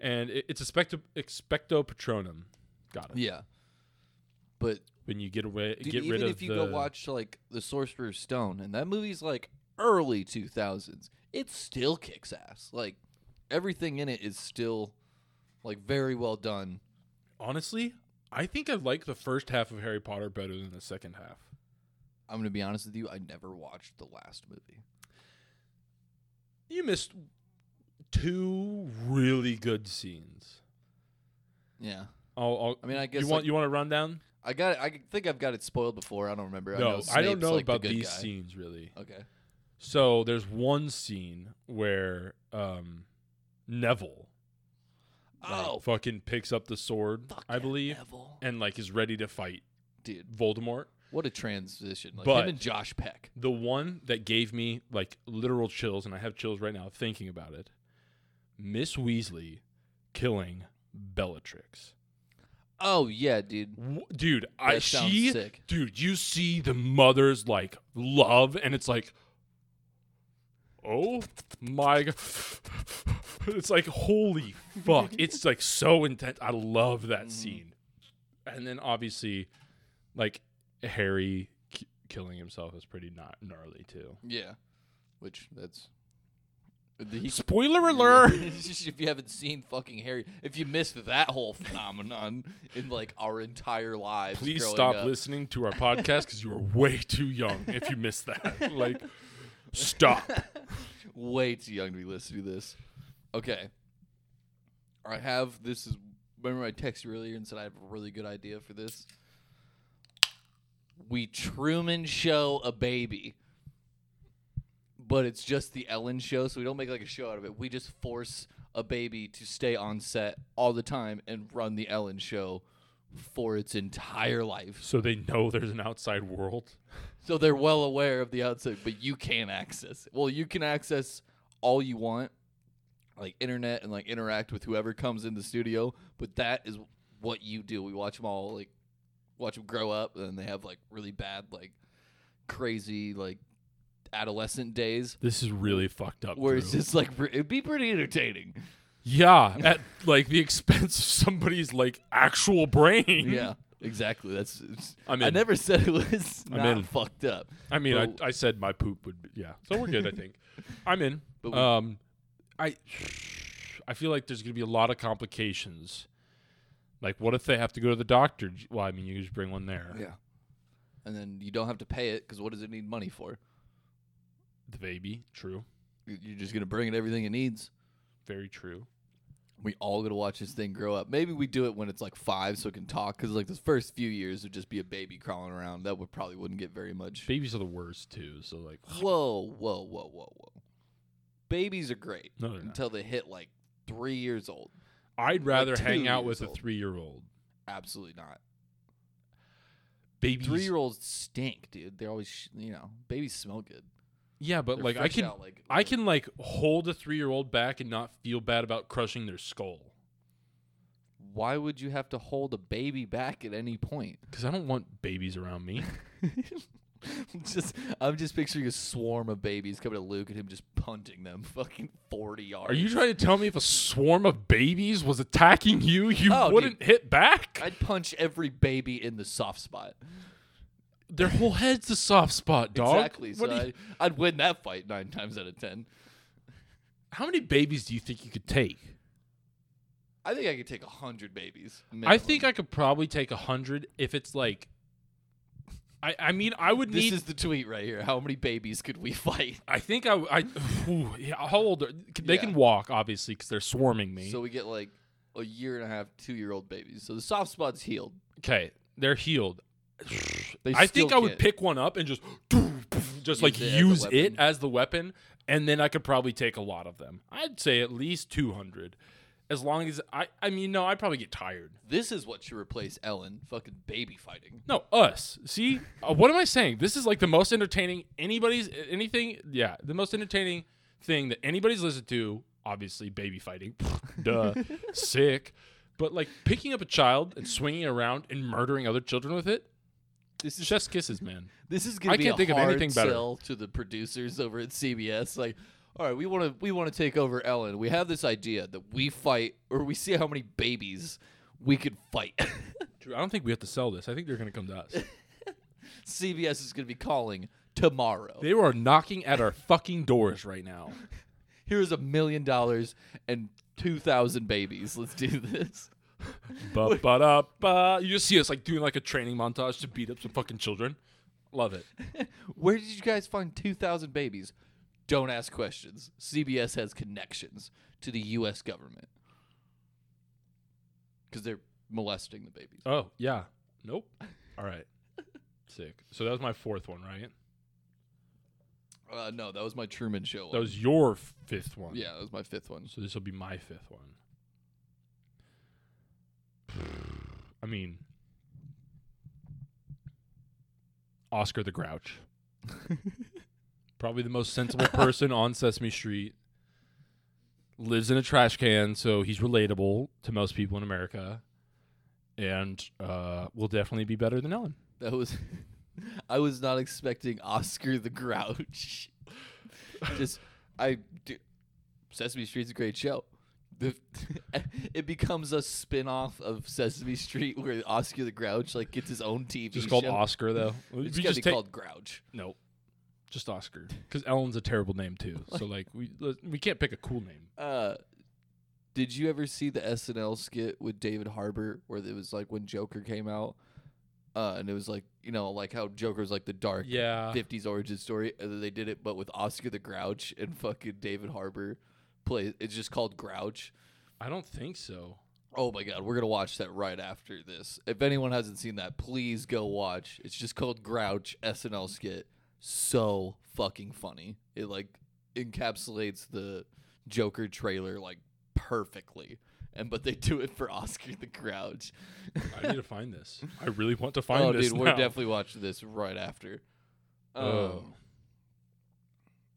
and it, it's expecto expecto patronum. Got it.
yeah. But
When you get away,
dude,
get
even
rid of
if you
the
go watch like The Sorcerer's Stone, and that movie's like early 2000s, it still kicks ass. Like everything in it is still like very well done.
honestly, I think I like the first half of Harry Potter better than the second half.
I'm gonna be honest with you. I never watched the last movie.
You missed two really good scenes.
Yeah,
I'll, I'll,
I mean, I guess
you want
like-
you want a rundown?
I got. It, I think I've got it spoiled before. I don't remember. I,
no,
know
I don't
Snape's,
know
like, the
about
good
these
guy.
scenes really.
Okay.
So there's one scene where um, Neville like,
Oh,
fucking picks up the sword,
fuck
I
yeah,
believe,
Neville.
and like is ready to fight
dude,
Voldemort.
what a transition! Like
But-
him and Josh Peck.
The one that gave me like literal chills, and I have chills right now thinking about it. Miss Weasley killing Bellatrix.
Oh yeah, dude.
W- dude, I
That sounds
she
sick.
dude, you see the mother's like love, and it's like, oh my god, it's like holy fuck, it's like so intense. I love
Mm-hmm.
that scene, and then obviously, like Harry k- killing himself is pretty not gnarly too.
Yeah, which that's. He,
Spoiler alert!
if you haven't seen fucking Harry, if you missed that whole phenomenon in like our entire lives,
Please
growing
stop
up.
listening to our podcast because you are way too young if you missed that. Like, stop.
way too young to be listening to this. Okay. I have this is remember I texted you earlier and said I have a really good idea for this. We Truman show a baby. But it's just the Ellen show, so we don't make like a show out of it. We just force a baby to stay on set all the time and run the Ellen show for its entire life.
So they know there's an outside world.
So they're well aware of the outside, but you can't access it. Well, you can access all you want, like internet and like interact with whoever comes in the studio, but that is what you do. We watch them all like watch them grow up and they have like really bad like crazy like adolescent days
This is really fucked up.
where it's
Drew.
just like it'd be pretty entertaining.
yeah, at like the expense of somebody's like actual brain.
Yeah. Exactly. That's. It's,
I'm
I
in.
never said it was
I'm
not
in.
fucked up.
I mean, I,
But-
I said my poop would be yeah. So we're good, I think. I'm in.
But we-
um, I I feel like there's gonna be a lot of complications. Like, what if they have to go to the doctor? J- Well, I mean, you just bring one there.
yeah. And then you don't have to pay it because what does it need money for?
The baby, true,
You- you're just gonna bring it everything it needs.
very true.
We all gonna watch this thing grow up. Maybe we do it when it's like five, so it can talk. Because like the first few years would just be a baby crawling around. That would probably wouldn't get very much.
Babies are the worst too. So like,
Whoa, whoa, whoa, whoa, whoa! Babies are great
No, they're not.
until they hit like three years old.
I'd rather
two
hang out
years
with a
old.
three-year-old.
Absolutely not.
Babies,
Three year olds stink, dude. They're always sh- you know babies smell good.
yeah, but
They're
like I
fresh
can
out, like
I can like hold a three year old back and not feel bad about crushing their skull
Why would you have to hold a baby back at any point?
because I don't want babies around me.
just I'm just picturing a swarm of babies coming to Luke and him just punting them fucking 40 yards.
Are you trying to tell me if a swarm of babies was attacking you, you
Oh, dude.
wouldn't hit back?
I'd punch every baby in the soft spot.
their whole head's the soft spot, dog.
Exactly. So
What do you-
I, I'd win that fight nine times out of ten.
how many babies do you think you could take?
I think I could take a hundred babies.
I think I could probably take a hundred if it's like. I, I mean I would
this
need.
is the tweet right here. How many babies could we fight?
I think I I ooh, yeah, how old are they?
Yeah.
Can walk obviously because they're swarming me.
So we get like a year and a half, two year old babies. So the soft spot's healed.
Okay, they're healed.
They
I think
still
I would
get-
pick one up and just, just like
it as a
use it
weapon.
as the weapon and then I could probably take a lot of them. I'd say at least 200. As long as I, I mean, no, I'd probably get tired.
This is what should replace Ellen. Fucking baby fighting.
No, us. See, uh, what am I saying? This is like the most entertaining anybody's anything. Yeah, the most entertaining thing that anybody's listened to. Obviously, baby fighting. Duh, sick. But like picking up a child and swinging it around and murdering other children with it.
This is
Chef's kisses, man.
this is gonna
I
be
can't
a
think of
hard
anything better.
sell to the producers over at CBS. Like, all right, we want to we want to take over Ellen. We have this idea that we fight, or we see how many babies we could fight.
Drew, I don't think we have to sell this. I think they're gonna come to us.
CBS is gonna be calling tomorrow.
They are knocking at our fucking doors right now.
Here's a million dollars and two thousand babies. Let's do this.
Ba ba da ba. You just see us like doing like a training montage to beat up some fucking children. Love it.
Where did you guys find 2,000 babies? Don't ask questions. CBS has connections to the U.S. government because they're molesting the babies.
Oh yeah. Nope. All right. Sick. So that was my fourth one, right?
Uh, no, that was my Truman Show one.
That was your f- fifth one.
yeah, that was my fifth one.
So this will be my fifth one. I mean, Oscar the Grouch. Probably the most sensible person on Sesame Street. Lives in a trash can, so he's relatable to most people in America. And uh, will definitely be better than Ellen.
That was. I was not expecting Oscar the Grouch. Just I do. Sesame Street's a great show. The, it becomes a spin-off of Sesame Street where Oscar the Grouch like gets his own TV
Just called
show.
Oscar, though. We
It's
just
got to be
take-
called Grouch.
Nope. Just Oscar, because Ellen's a terrible name too. So like we we can't pick a cool name.
Uh, did you ever see the SNL skit with David Harbour where it was like when Joker came out? Uh, and it was like you know like how Joker's like the dark
Yeah.
'50s origin story, and then they did it but with Oscar the Grouch and fucking David Harbour play. It's just called Grouch.
I don't think so.
Oh my god, we're gonna watch that right after this. If anyone hasn't seen that, please go watch. It's just called Grouch SNL skit. So fucking funny. It like encapsulates the Joker trailer like perfectly. And but they do it for Oscar the Grouch.
I need to find this. I really want to find
oh
this.
dude, we're
now.
definitely watching this right after.
Oh.
Um,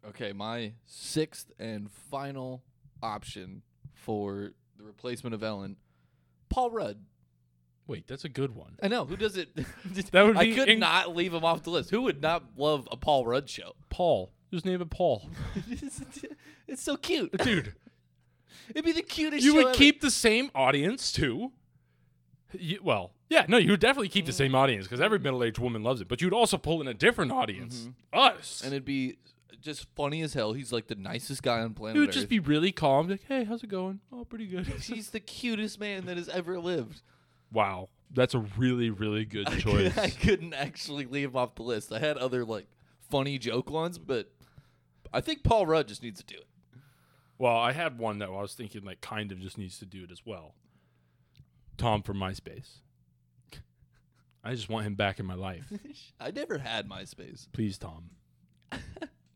Okay, my sixth and final option for the replacement of Ellen, Paul Rudd.
Wait, that's a good one.
I know. Who does it?
That would
I
be
could
inc-
not leave him off the list. Who would not love a Paul Rudd show?
Paul. Just name it Paul.
it's so cute.
Dude,
It'd be the cutest.
you
show
would
ever.
keep the same audience too. You, well, yeah, no, you would definitely keep the same
Mm.
audience because every middle-aged woman loves it. But you'd also pull in a different audience, us.
Mm-hmm. and it'd be just funny as hell. He's like the nicest guy on planet
it would
Earth.
just be really calm, like, "Hey, how's it going? Oh, pretty good."
He's the cutest man that has ever lived.
wow, that's a really, really good
I,
choice.
could, I couldn't actually leave him off the list. I had other like funny joke ones, but I think Paul Rudd just needs to do it.
Well, I had one that I was thinking like kind of just needs to do it as well. Tom from MySpace. I just want him back in my life.
I never had MySpace.
Please, Tom.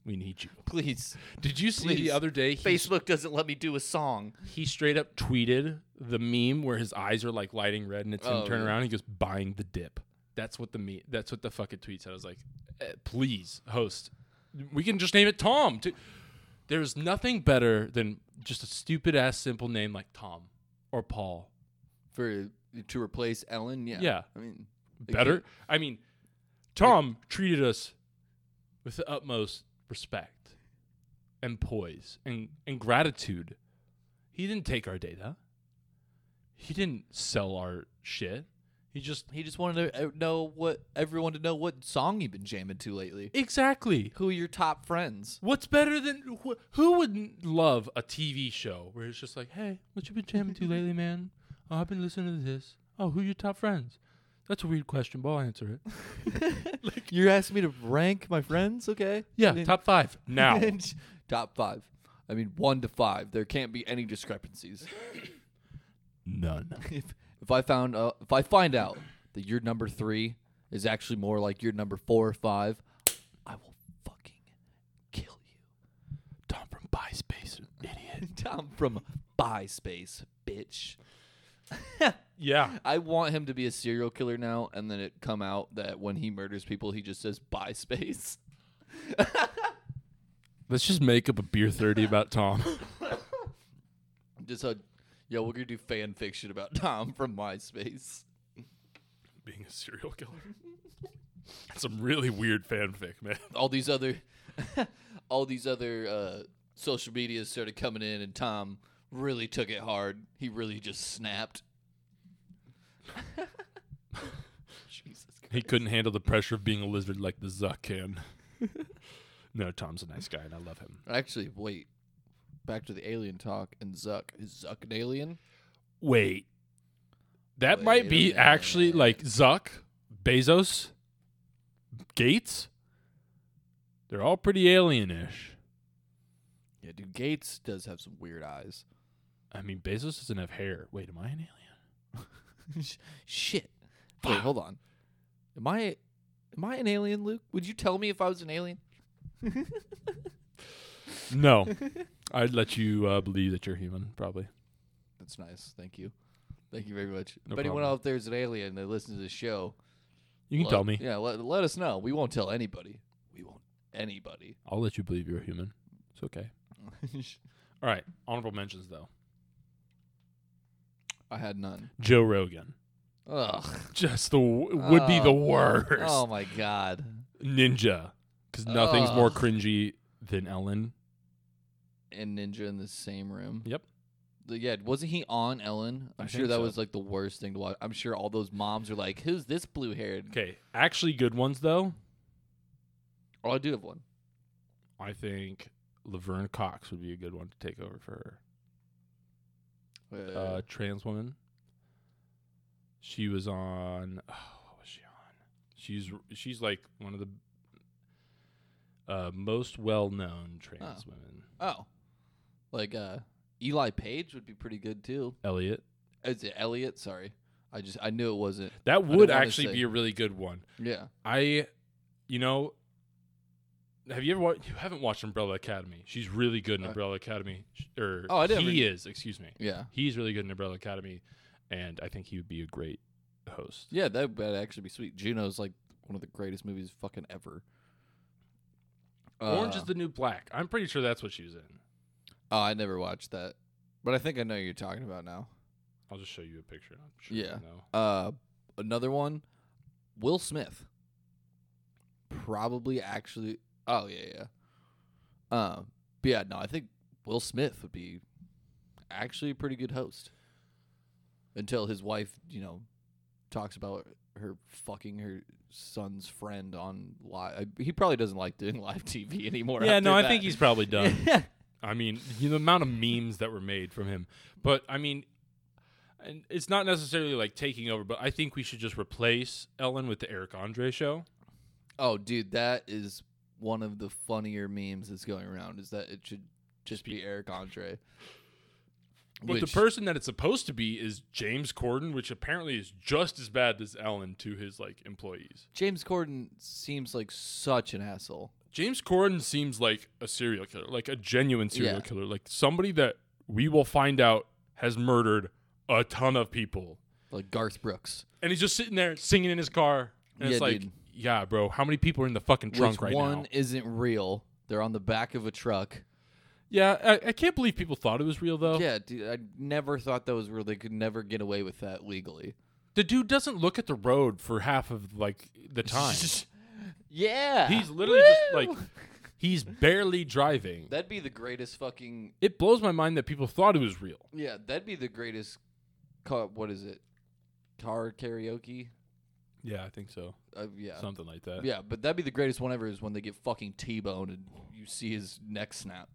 We need you.
Please,
Did you see
Please.
the other day he,
Facebook doesn't let me do a song.
he straight up tweeted the meme where his eyes are like lighting red and it's
Oh,
him turn
yeah.
around and he goes buying the dip. That's what the me that's what the fucking tweet said. I was like, eh, please, host. We can just name it Tom. too. There's nothing better than just a stupid ass simple name like Tom or Paul
for to replace Ellen. Yeah.
Yeah.
I mean, they
better.
can't-
I mean, Tom treated us with the utmost respect and poise and, and gratitude. He didn't take our data. He didn't sell our shit. He just
He just wanted to uh, know what everyone to know what song you've been jamming to lately.
exactly.
Who are your top friends?
What's better than wh- who would love a TV show where it's just like, hey, what you been jamming to lately, man? Oh, I've been listening to this. Oh, who your top friends? That's a weird question, but I'll answer it.
You're asking me to rank my friends, okay?
Yeah,
And-
top five now.
and- top five. I mean, one to five. There can't be any discrepancies.
None.
if if I found uh, if I find out that your number three is actually more like your number four or five, I will fucking kill you.
an idiot.
Tom from Space, bitch.
Yeah.
I want him to be a serial killer now, and then it come out that when he murders people, he just says Space.
Let's just make up a beer 30 about Tom.
Just a, yo, we're gonna do fan fiction about Tom from MySpace.
Being a serial killer. Some really weird fanfic, man.
All these other, all these other uh, social media started coming in, and Tom really took it hard. He really just snapped. Jesus Christ.
He couldn't handle the pressure of being a lizard like the Zuck can. no, Tom's a nice guy and I love him.
Actually, wait. Back to the alien talk and Zuck. Is Zuck an alien?
Wait. That might be
Wait a
actually
minute.
like Zuck, Bezos, Gates. They're all pretty alienish.
Yeah, dude. Gates does have some weird eyes.
I mean, Bezos doesn't have hair. Wait, am I an alien?
Sh- Shit. Wait, hold on. Am I am I an alien, Luke? Would you tell me if I was an alien?
No. I'd let you uh, believe that you're human, probably.
That's nice. Thank you. Thank you very much.
No
if anyone
problem.
out there is an alien that listens to this show,
You can
let-
tell me.
Yeah, let, let us know. We won't tell anybody. We won't anybody.
I'll let you believe you're human. It's okay. All right. Honorable mentions, though.
I had none.
Joe Rogan.
Ugh.
Just the w- would be the
Oh.
worst.
Oh my god.
Ninja. Because nothing's more
Ugh.
cringy than Ellen.
And Ninja in the same room.
Yep.
The- Yeah, wasn't he on Ellen? I'm
I
sure
think
that
so.
was like the worst thing to watch. I'm sure all those moms are like, "Who's this blue-haired?"
Okay. Actually, good ones, though.
Oh, I do have one.
I think Laverne Cox would be a good one to take over for her. Uh, trans woman. She was on. Oh, what was she on? She's she's like one of the uh, most well known trans women.
Oh, like uh, Eli Page would be pretty good too.
Elliot.
Is it Elliot? Sorry, I just I knew it wasn't.
That
didn't
would
wanna
actually
say.
be a really good one.
Yeah,
I, you know, have you ever watched? You haven't watched Umbrella Academy. She's really good in
Uh,
Umbrella Academy. Sh- Or
Oh, I never-
he is. Excuse me.
yeah,
He's really good in Umbrella Academy, and I think he would be a great host.
yeah. That would actually be sweet. Juno's like one of the greatest movies fucking ever.
Orange
Uh,
is the New Black. I'm pretty sure that's what she was in.
Oh, I never watched that, but I think I know what you're talking about now.
I'll just show you a picture. I'm sure
Yeah.
You know.
Uh, another one, Will Smith. Probably actually. Oh yeah, yeah. Um, but yeah, no, I think Will Smith would be actually a pretty good host. Until his wife, you know, talks about her fucking her son's friend on live. He probably doesn't like doing live TV anymore.
Yeah,
after
no, I
that.
think he's probably done. I mean, you know, the amount of memes that were made from him. But I mean, and it's not necessarily like taking over, but I think we should just replace Ellen with the Eric Andre show.
oh, dude, that is one of the funnier memes that's going around. Is that it should just be Eric Andre.
But the
Which-
person that it's supposed to be is James Corden, which apparently is just as bad as Ellen to his like employees.
James Corden seems like such an asshole.
James Corden seems like a serial killer, like a genuine serial
Yeah.
killer, like somebody that we will find out has murdered a ton of people.
Like Garth Brooks.
And he's just sitting there singing in his car. And it's
Yeah,
like,
dude.
yeah, bro, how many people are in the fucking trunk
Which
right
one
now?
isn't real. They're on the back of a truck.
Yeah, I, I can't believe people thought it was real though.
Yeah, dude, I never thought that was real. They could never get away with that legally.
The dude doesn't look at the road for half of like the time.
yeah.
he's literally just like
Woo!
he's barely driving.
That'd be the greatest fucking
it blows my mind that people thought it was real.
Yeah, that'd be the greatest car, what is it? Car karaoke?
Yeah, I think so.
Uh, yeah.
Something like that.
Yeah, but that'd be the greatest one ever is when they get fucking T-boned and you see his neck snap.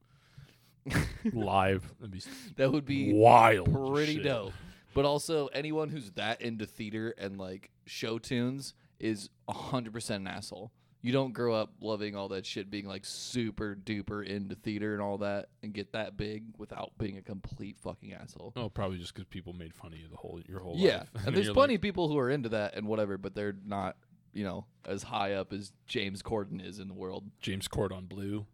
Live. That'd be
That would be
wild.
pretty
shit.
dope. But also, anyone who's that into theater and like show tunes is 100% an asshole. You don't grow up loving all that shit, being like super duper into theater and all that, and get that big without being a complete fucking asshole.
Oh, probably just because people made fun of you the whole your whole
yeah.
life.
And there's
you're
plenty
like,
of people who are into that and whatever, but they're not, you know, as high up as James Corden is in the world.
James Corden blue.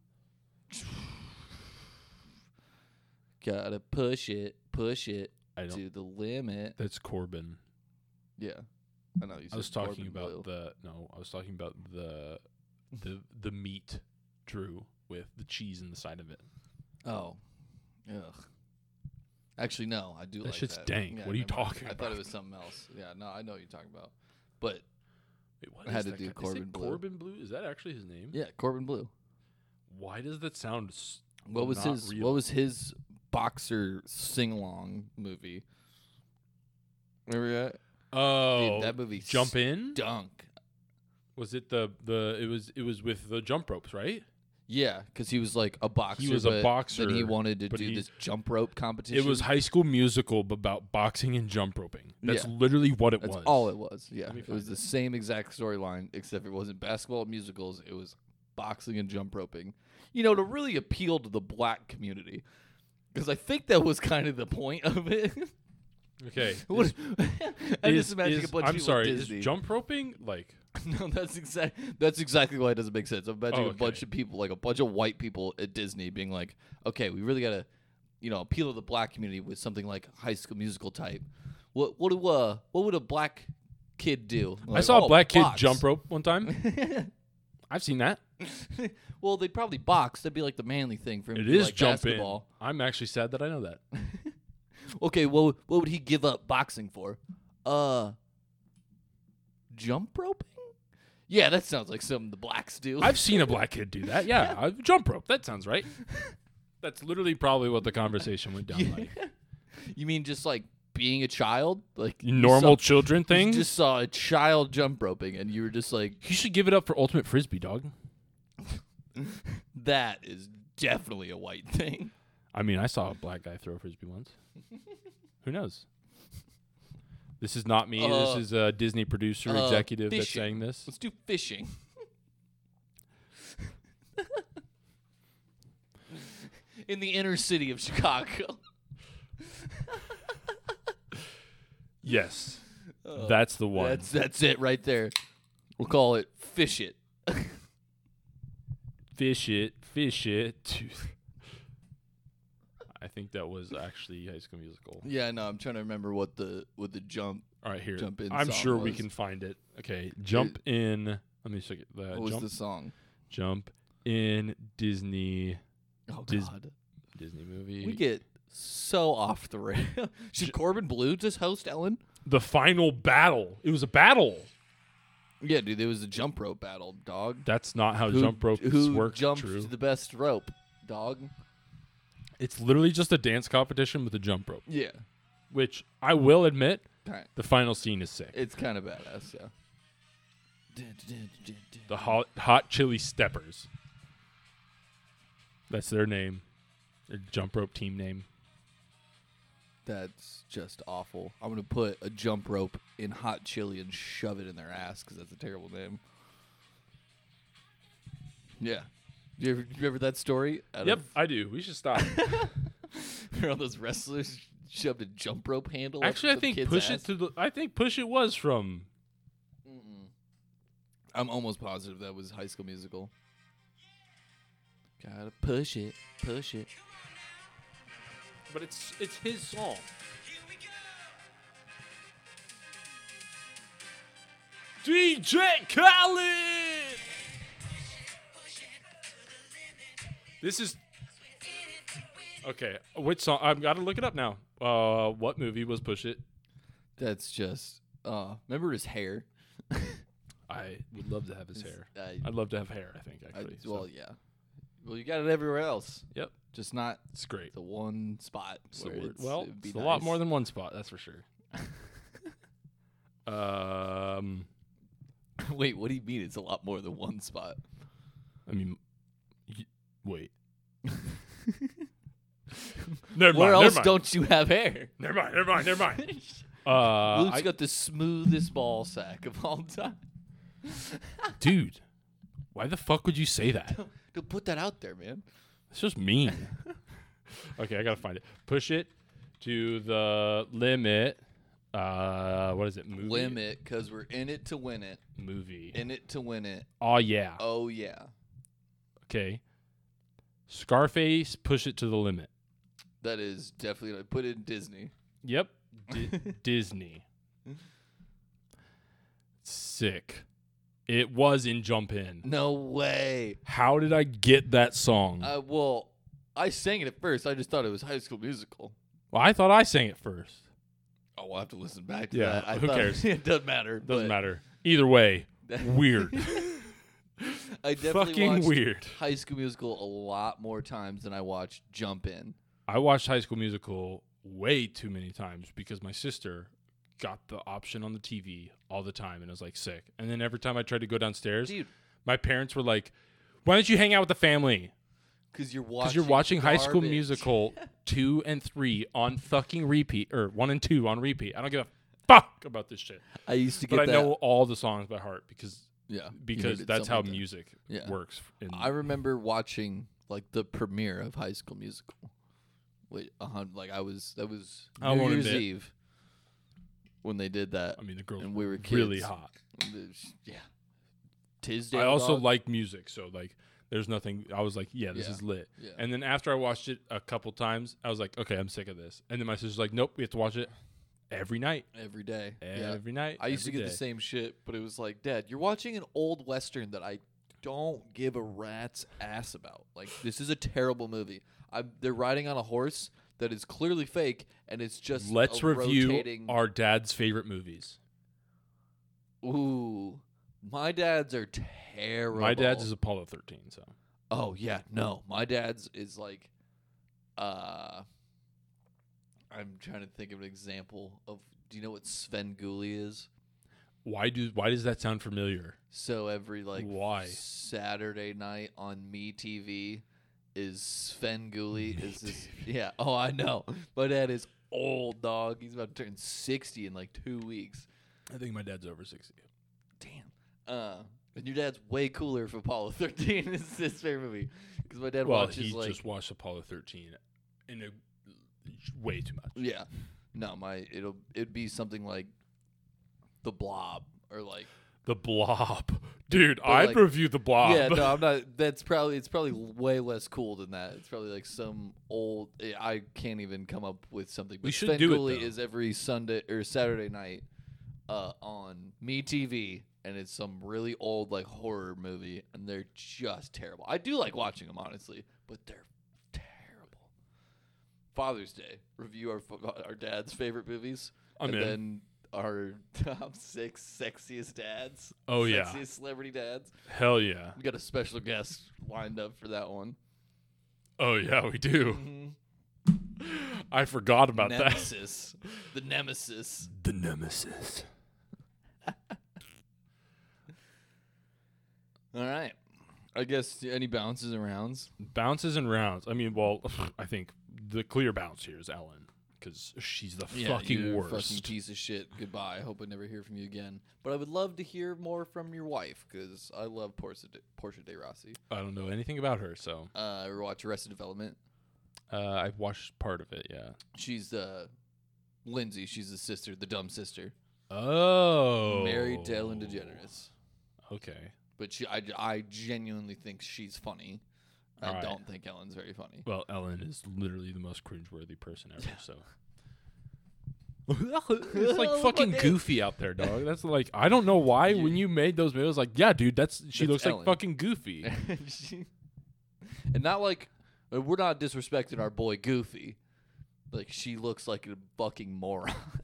Gotta push it, push it
I don't.
to the limit.
That's Corbin.
Yeah, I know. You
I
said
was talking
Corbin
about
Boyle.
the no. I was talking about the the the meat, Drew, with the cheese in the side of it.
Oh, ugh. Actually, no, I do.
That
like
shit's
that.
dank.
Yeah,
What are you
never mind.
talking
I thought
about?
it was something else. Yeah, no, I know what you're talking about. But
Wait, what
I had
is
to
that
do
guy- is it
Corbin Bleu.
Corbin Blue is that actually his name?
yeah, Corbin Blue.
Why does that sound? s-
What was
Not
his?
real.
What was his boxer sing along movie? Remember that?
Oh,
that movie
Jump in.
Dunk.
Was it the the? It was it was with the jump ropes, right?
Yeah, because he was like a boxer.
was a
but
boxer,
Then he wanted to
but
do
he-
this jump rope competition.
It was High School Musical, but about boxing and jump roping. That's literally what it
That's
was.
all it was. Yeah,
Let me
it was
find
the same exact storyline, except it wasn't basketball and musicals. It was boxing and jump roping. You know, to really appeal to the black community, because I think that was kind of the point of it.
Okay.
What-
Is-
I'm
is-
just imagining
is-
a bunch
I'm
of people at
sorry.
Disney.
Is jump roping like?
no, that's exact. That's exactly why it doesn't make sense. I'm imagining
Oh,
a bunch
okay.
of people, like a bunch of white people at Disney, being like, "Okay, we really gotta, you know, appeal to the black community with something like High School Musical type. What what do uh what would a black kid do? oh,
I saw a black kid jump rope one time.
rope.
I've seen that.
well, they'd probably box. That'd be like the manly thing for him.
It
to do,
is
like
jump
basketball.
in. I'm actually sad that I know that.
Okay, well, what would he give up boxing for? Uh, jump roping. Yeah, that sounds like something the blacks do.
I've seen a black kid do that. Yeah, I jump rope. That sounds right. That's literally probably what the conversation went down like.
You mean just like being a child, like you
Normal
saw,
children
you
thing.
just saw a child jump roping, and you were just like,
you should give it up for ultimate frisbee, dog.
"That is definitely a white thing."
I mean, I saw a black guy throw a frisbee once. Who knows? This is not me.
Uh,
this is a Disney producer
uh,
executive that's
fishing.
saying this.
Let's do fishing. In the inner city of Chicago.
Yes, that's the one.
Uh, That's that's it right there. We'll call it fish it.
fish it, fish it. to- I think that was actually High School Musical.
Yeah, no, I'm trying to remember what the what the jump
All right, here.
Jump in
I'm
song
sure we
was-
can find it. Okay, jump in. Let me check it. Uh,
what was
jump,
the song?
jump in Disney
Oh
Dis-
god.
Disney movie.
We get so off the rail. Should Corbin Blue just host Ellen?
the final battle. It was a battle.
Yeah, dude, there was a jump rope battle, dog.
That's not how
Who-
jump rope
who
works.
jumped
Drew.
to the best rope, dog?
It's literally just a dance competition with a jump rope,
Yeah.
which I will admit,
Kind
the final scene is sick.
It's kind of badass, yeah.
the hot, hot chili steppers. That's their name. Their jump rope team name.
That's just awful. I'm gonna put a jump rope in hot chili and shove it in their ass because that's a terrible name. Yeah. You ever, you remember that story? Out
Yep,
of-
I do. We should stop.
where all those wrestlers shoved a jump rope handle. up
Actually, I
some
think
kid's
push
ass?
it to the. I think push it was from.
I'm almost positive that was High School Musical. Gotta push it, push it.
But it's it's his song. DJ Khaled. This is okay. Which song? I've got to look it up now. Uh, what movie was Push It?
That's just. Uh, remember his hair?
I would love to have his hair.
I,
I'd love to have hair. I think
I,
actually. so-
well, yeah. Well, you got it everywhere else,
yep,
just not
it's great.
the one spot.
It's the
where
word.
it's-
Well,
it'd
it's
be
a lot
nice.
more than one spot. That's for sure. um.
Wait, what do you mean? It's a lot more than one spot.
I mean, y- wait. never
Where
mind, never
else
mind.
don't you have hair?
Never mind. Never mind. Never mind. Uh,
Luke's
I-
got the smoothest ball sack of all time.
dude, why the fuck would you say that?
Don't put that out there, man.
It's just mean. okay, I gotta find it. Push it to the limit. Uh, what is it? Movie.
Limit, because we're in it to win it.
Movie.
In it to win it.
oh yeah.
Oh yeah.
Okay. Scarface. Push it to the limit.
That is definitely gonna put in Disney.
Yep. Di- Disney. Sick. It was in Jump In.
No way.
How did I get that song?
Uh, well, I sang it at first. I just thought it was High School Musical.
well, I thought I sang it first.
Oh, we'll have to listen back to
Yeah,
that. I
who
thought-
cares?
it doesn't matter.
Doesn't
but
matter. Either way, weird.
I definitely
Fucking
watched
weird.
High School Musical a lot more times than I watched Jump In.
I watched High School Musical way too many times because my sister got the option on the TV all the time, and I was like sick. And then every time I tried to go downstairs,
Dude,
my parents were like, "Why don't you hang out with the family?
because you're watching
Because you're watching High School
garbage.
Musical two and three on fucking repeat, or one and two on repeat. I don't give a fuck about this shit,
I used to get
but I
that.
know all the songs by heart because
yeah,
because that's how
music.
music
Yeah.
works. in-
I remember watching like the premiere of High School Musical. Wait, a hun- like I was that was
I
New
won't
Year's
admit.
Eve when they did that,
I mean, the girls
and we were kids.
really hot.
There's- Yeah, Tisdale.
I also
dog.
like music, so like there's nothing I was like, yeah, this
Yeah.
is lit.
Yeah.
And then after I watched it a couple times, I was like, okay, I'm sick of this. And then my sister's like, nope, we have to watch it every night.
every day. yeah,
Every night.
I used to
every
get the
day.
same shit, but it was like, Dad, you're watching an old western that I don't give a rat's ass about. Like, this is a terrible movie. I'm, they're riding on a horse that is clearly fake, and it's just
Let's
a
review
rotating-
our dad's favorite movies.
Ooh, my dad's are terrible.
My dad's is Apollo 13, so
Oh yeah, no, my dad's is like, uh, I'm trying to think of an example of. Do you know what Sven Gulli is?
why do why does that sound familiar?
So every like
Why?
Saturday night on Me TV is Sven Gulli is this, yeah. Oh, I know. My dad is old dog. He's about to turn sixty in like two weeks.
I think my dad's over 60.
Damn. Uh, and your dad's way cooler if Apollo 13 is his favorite movie. Because my dad
well,
watches
he
like.
just watched Apollo 13 in a way too much.
yeah. No, my it'll it'd be something like The Blob or like
The Blob. Dude,
But,
I'd
like-
review The Blob.
yeah no I'm not that's probably it's probably way less cool than that it's probably like some old I can't even come up with something but
We should
Sven
do it,
Gulli
though.
is every Sunday or Saturday night uh, on Me TV and it's some really old like horror movie and they're just terrible I do like watching them honestly but they're terrible Father's Day review our fa- our dad's favorite movies
I'm
and
in.
then our top six sexiest dads
Oh, yeah.
sexiest celebrity dads
Hell yeah.
we got a special guest lined up for that one.
Oh yeah, we do.
Mm-hmm.
I forgot about that.
Nemesis. the Nemesis.
The nemesis.
All right. I guess any bounces and rounds.
Bounces and rounds. I mean, well, I think the clear bounce here is Ellen because she's the fucking
you're a
worst.
Fucking piece of shit. Goodbye. I hope I never hear from you again. But I would love to hear more from your wife because I love Portia de, Portia de Rossi.
I don't know anything about her, so
Uh, I watch Arrested Development.
uh, I've watched part of it. Yeah.
She's uh, Lindsay. She's the sister, the dumb sister.
Oh.
Married to Ellen DeGeneres.
Okay.
But she, I, I genuinely think she's funny. I
All right.
don't think Ellen's very funny.
Well, Ellen is literally the most cringeworthy person ever. So. it's like
Look
fucking
at-
goofy out there, dog. That's like I don't know why when you made those videos, like yeah, dude, that's she
That's
looks
Ellen.
like fucking goofy.
She- and not like uh, we're not disrespecting our boy Goofy. Like she looks like a fucking moron.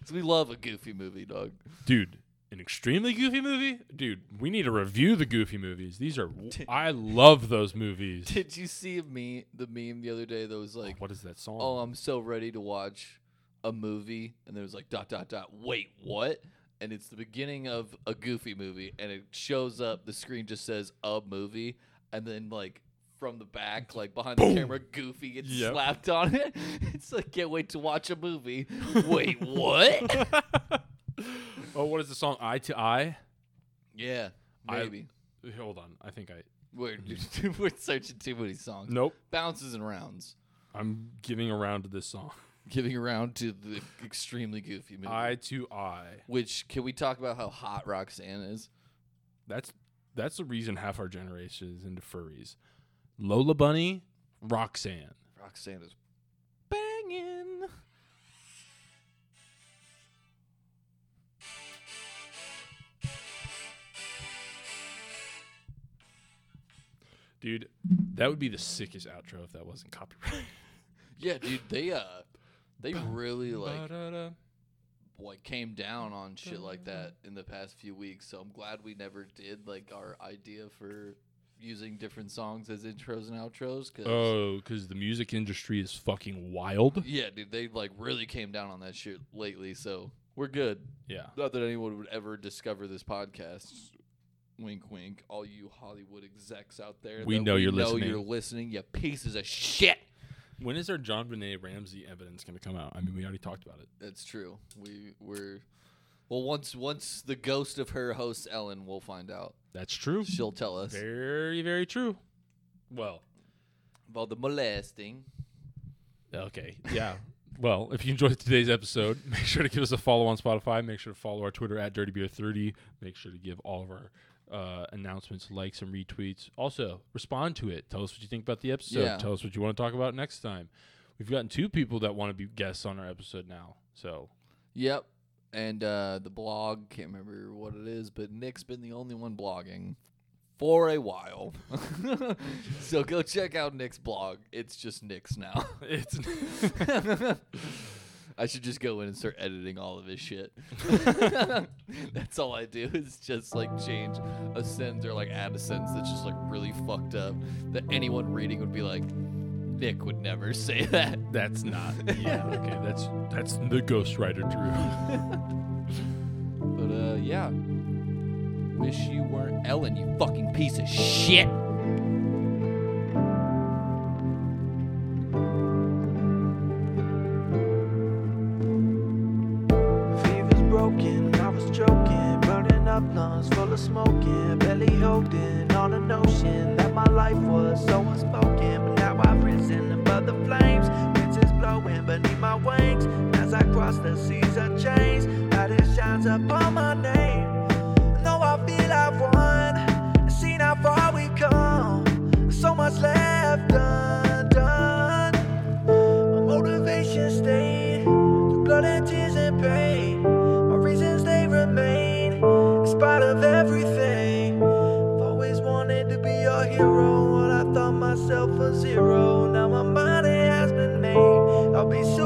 'Cause we love a Goofy movie, dog.
dude an extremely goofy movie dude we need to review the goofy movies these are i love those movies
Did you see me the meme the other day that was like,
what is that song
"Oh, I'm so ready to watch a movie," and there was like dot dot dot. Wait, what? And it's the beginning of a Goofy movie, and it shows up. The screen just says a movie, and then like from the back, like behind the camera, Goofy gets
Yep.
slapped on it. It's like can't wait to watch a movie. wait, what?
oh what is the song eye to eye
yeah,
I-
maybe.
hold on i think i
we're we're searching too many songs.
nope
Bounces and rounds.
i'm giving around to this song
Giving around to the extremely goofy movie.
eye to eye
Which can we talk about how hot Roxanne is?
that's that's the reason half our generation is into furries lola bunny roxanne
Roxanne is banging.
Dude, that would be the sickest outro if that wasn't copyright.
Yeah, dude, they uh, they really like
Ba-da-da.
like came down on shit like that in the past few weeks. So I'm glad we never did like our idea for using different songs as intros and outros. Cause
Oh, because the music industry is fucking wild.
yeah, dude, they like really came down on that shit lately. So we're good.
Yeah.
Not that anyone would ever discover this podcast. Wink, wink. All you Hollywood execs out there,
We
that
know you're listening.
You're listening. You pieces of shit.
When is our John Benet Ramsey evidence going to come out? I mean, we already talked about it.
That's true. We we're well once once the ghost of her hosts Ellen, we'll find out.
That's true.
She'll tell us
Very, very true. Well,
about the molesting.
okay. Yeah. well, if you enjoyed today's episode, make sure to give us a follow on Spotify. Make sure to follow our Twitter at DirtyBeer30. Make sure to give all of our uh, announcements likes and retweets. Also, respond to it. Tell us what you think about the episode.
Yeah.
Tell us what you want to talk about next time. We've gotten two people that want to be guests on our episode now. So
Yep. And uh, the blog, can't remember what it is, but Nick's been the only one blogging for a while. so go check out Nick's blog. It's just Nick's now.
it's
I should just go in and start editing all of his shit. That's all I do is just like change a sentence or like add a sentence that's just like really fucked up that anyone reading would be like, Nick would never say that.
that's not. Yeah. Okay. That's that's the ghostwriter Drew.
But uh, yeah. Wish you weren't Ellen, you fucking piece of shit.
Fever's broken, I was joking, burning up lungs full of smoking, belly holding on the notion that my life was so unspoken. But now I've risen above the flames, winds is blowing beneath my wings. As I cross the seas of change, light it shines upon my name. No, I feel I've won, seen how far we've come. So much left undone. My motivation stayed through blood and tears and pain. My reasons they remain in spite of everything. I've always wanted to be a hero. When I thought myself a zero, now my money has been made. I'll be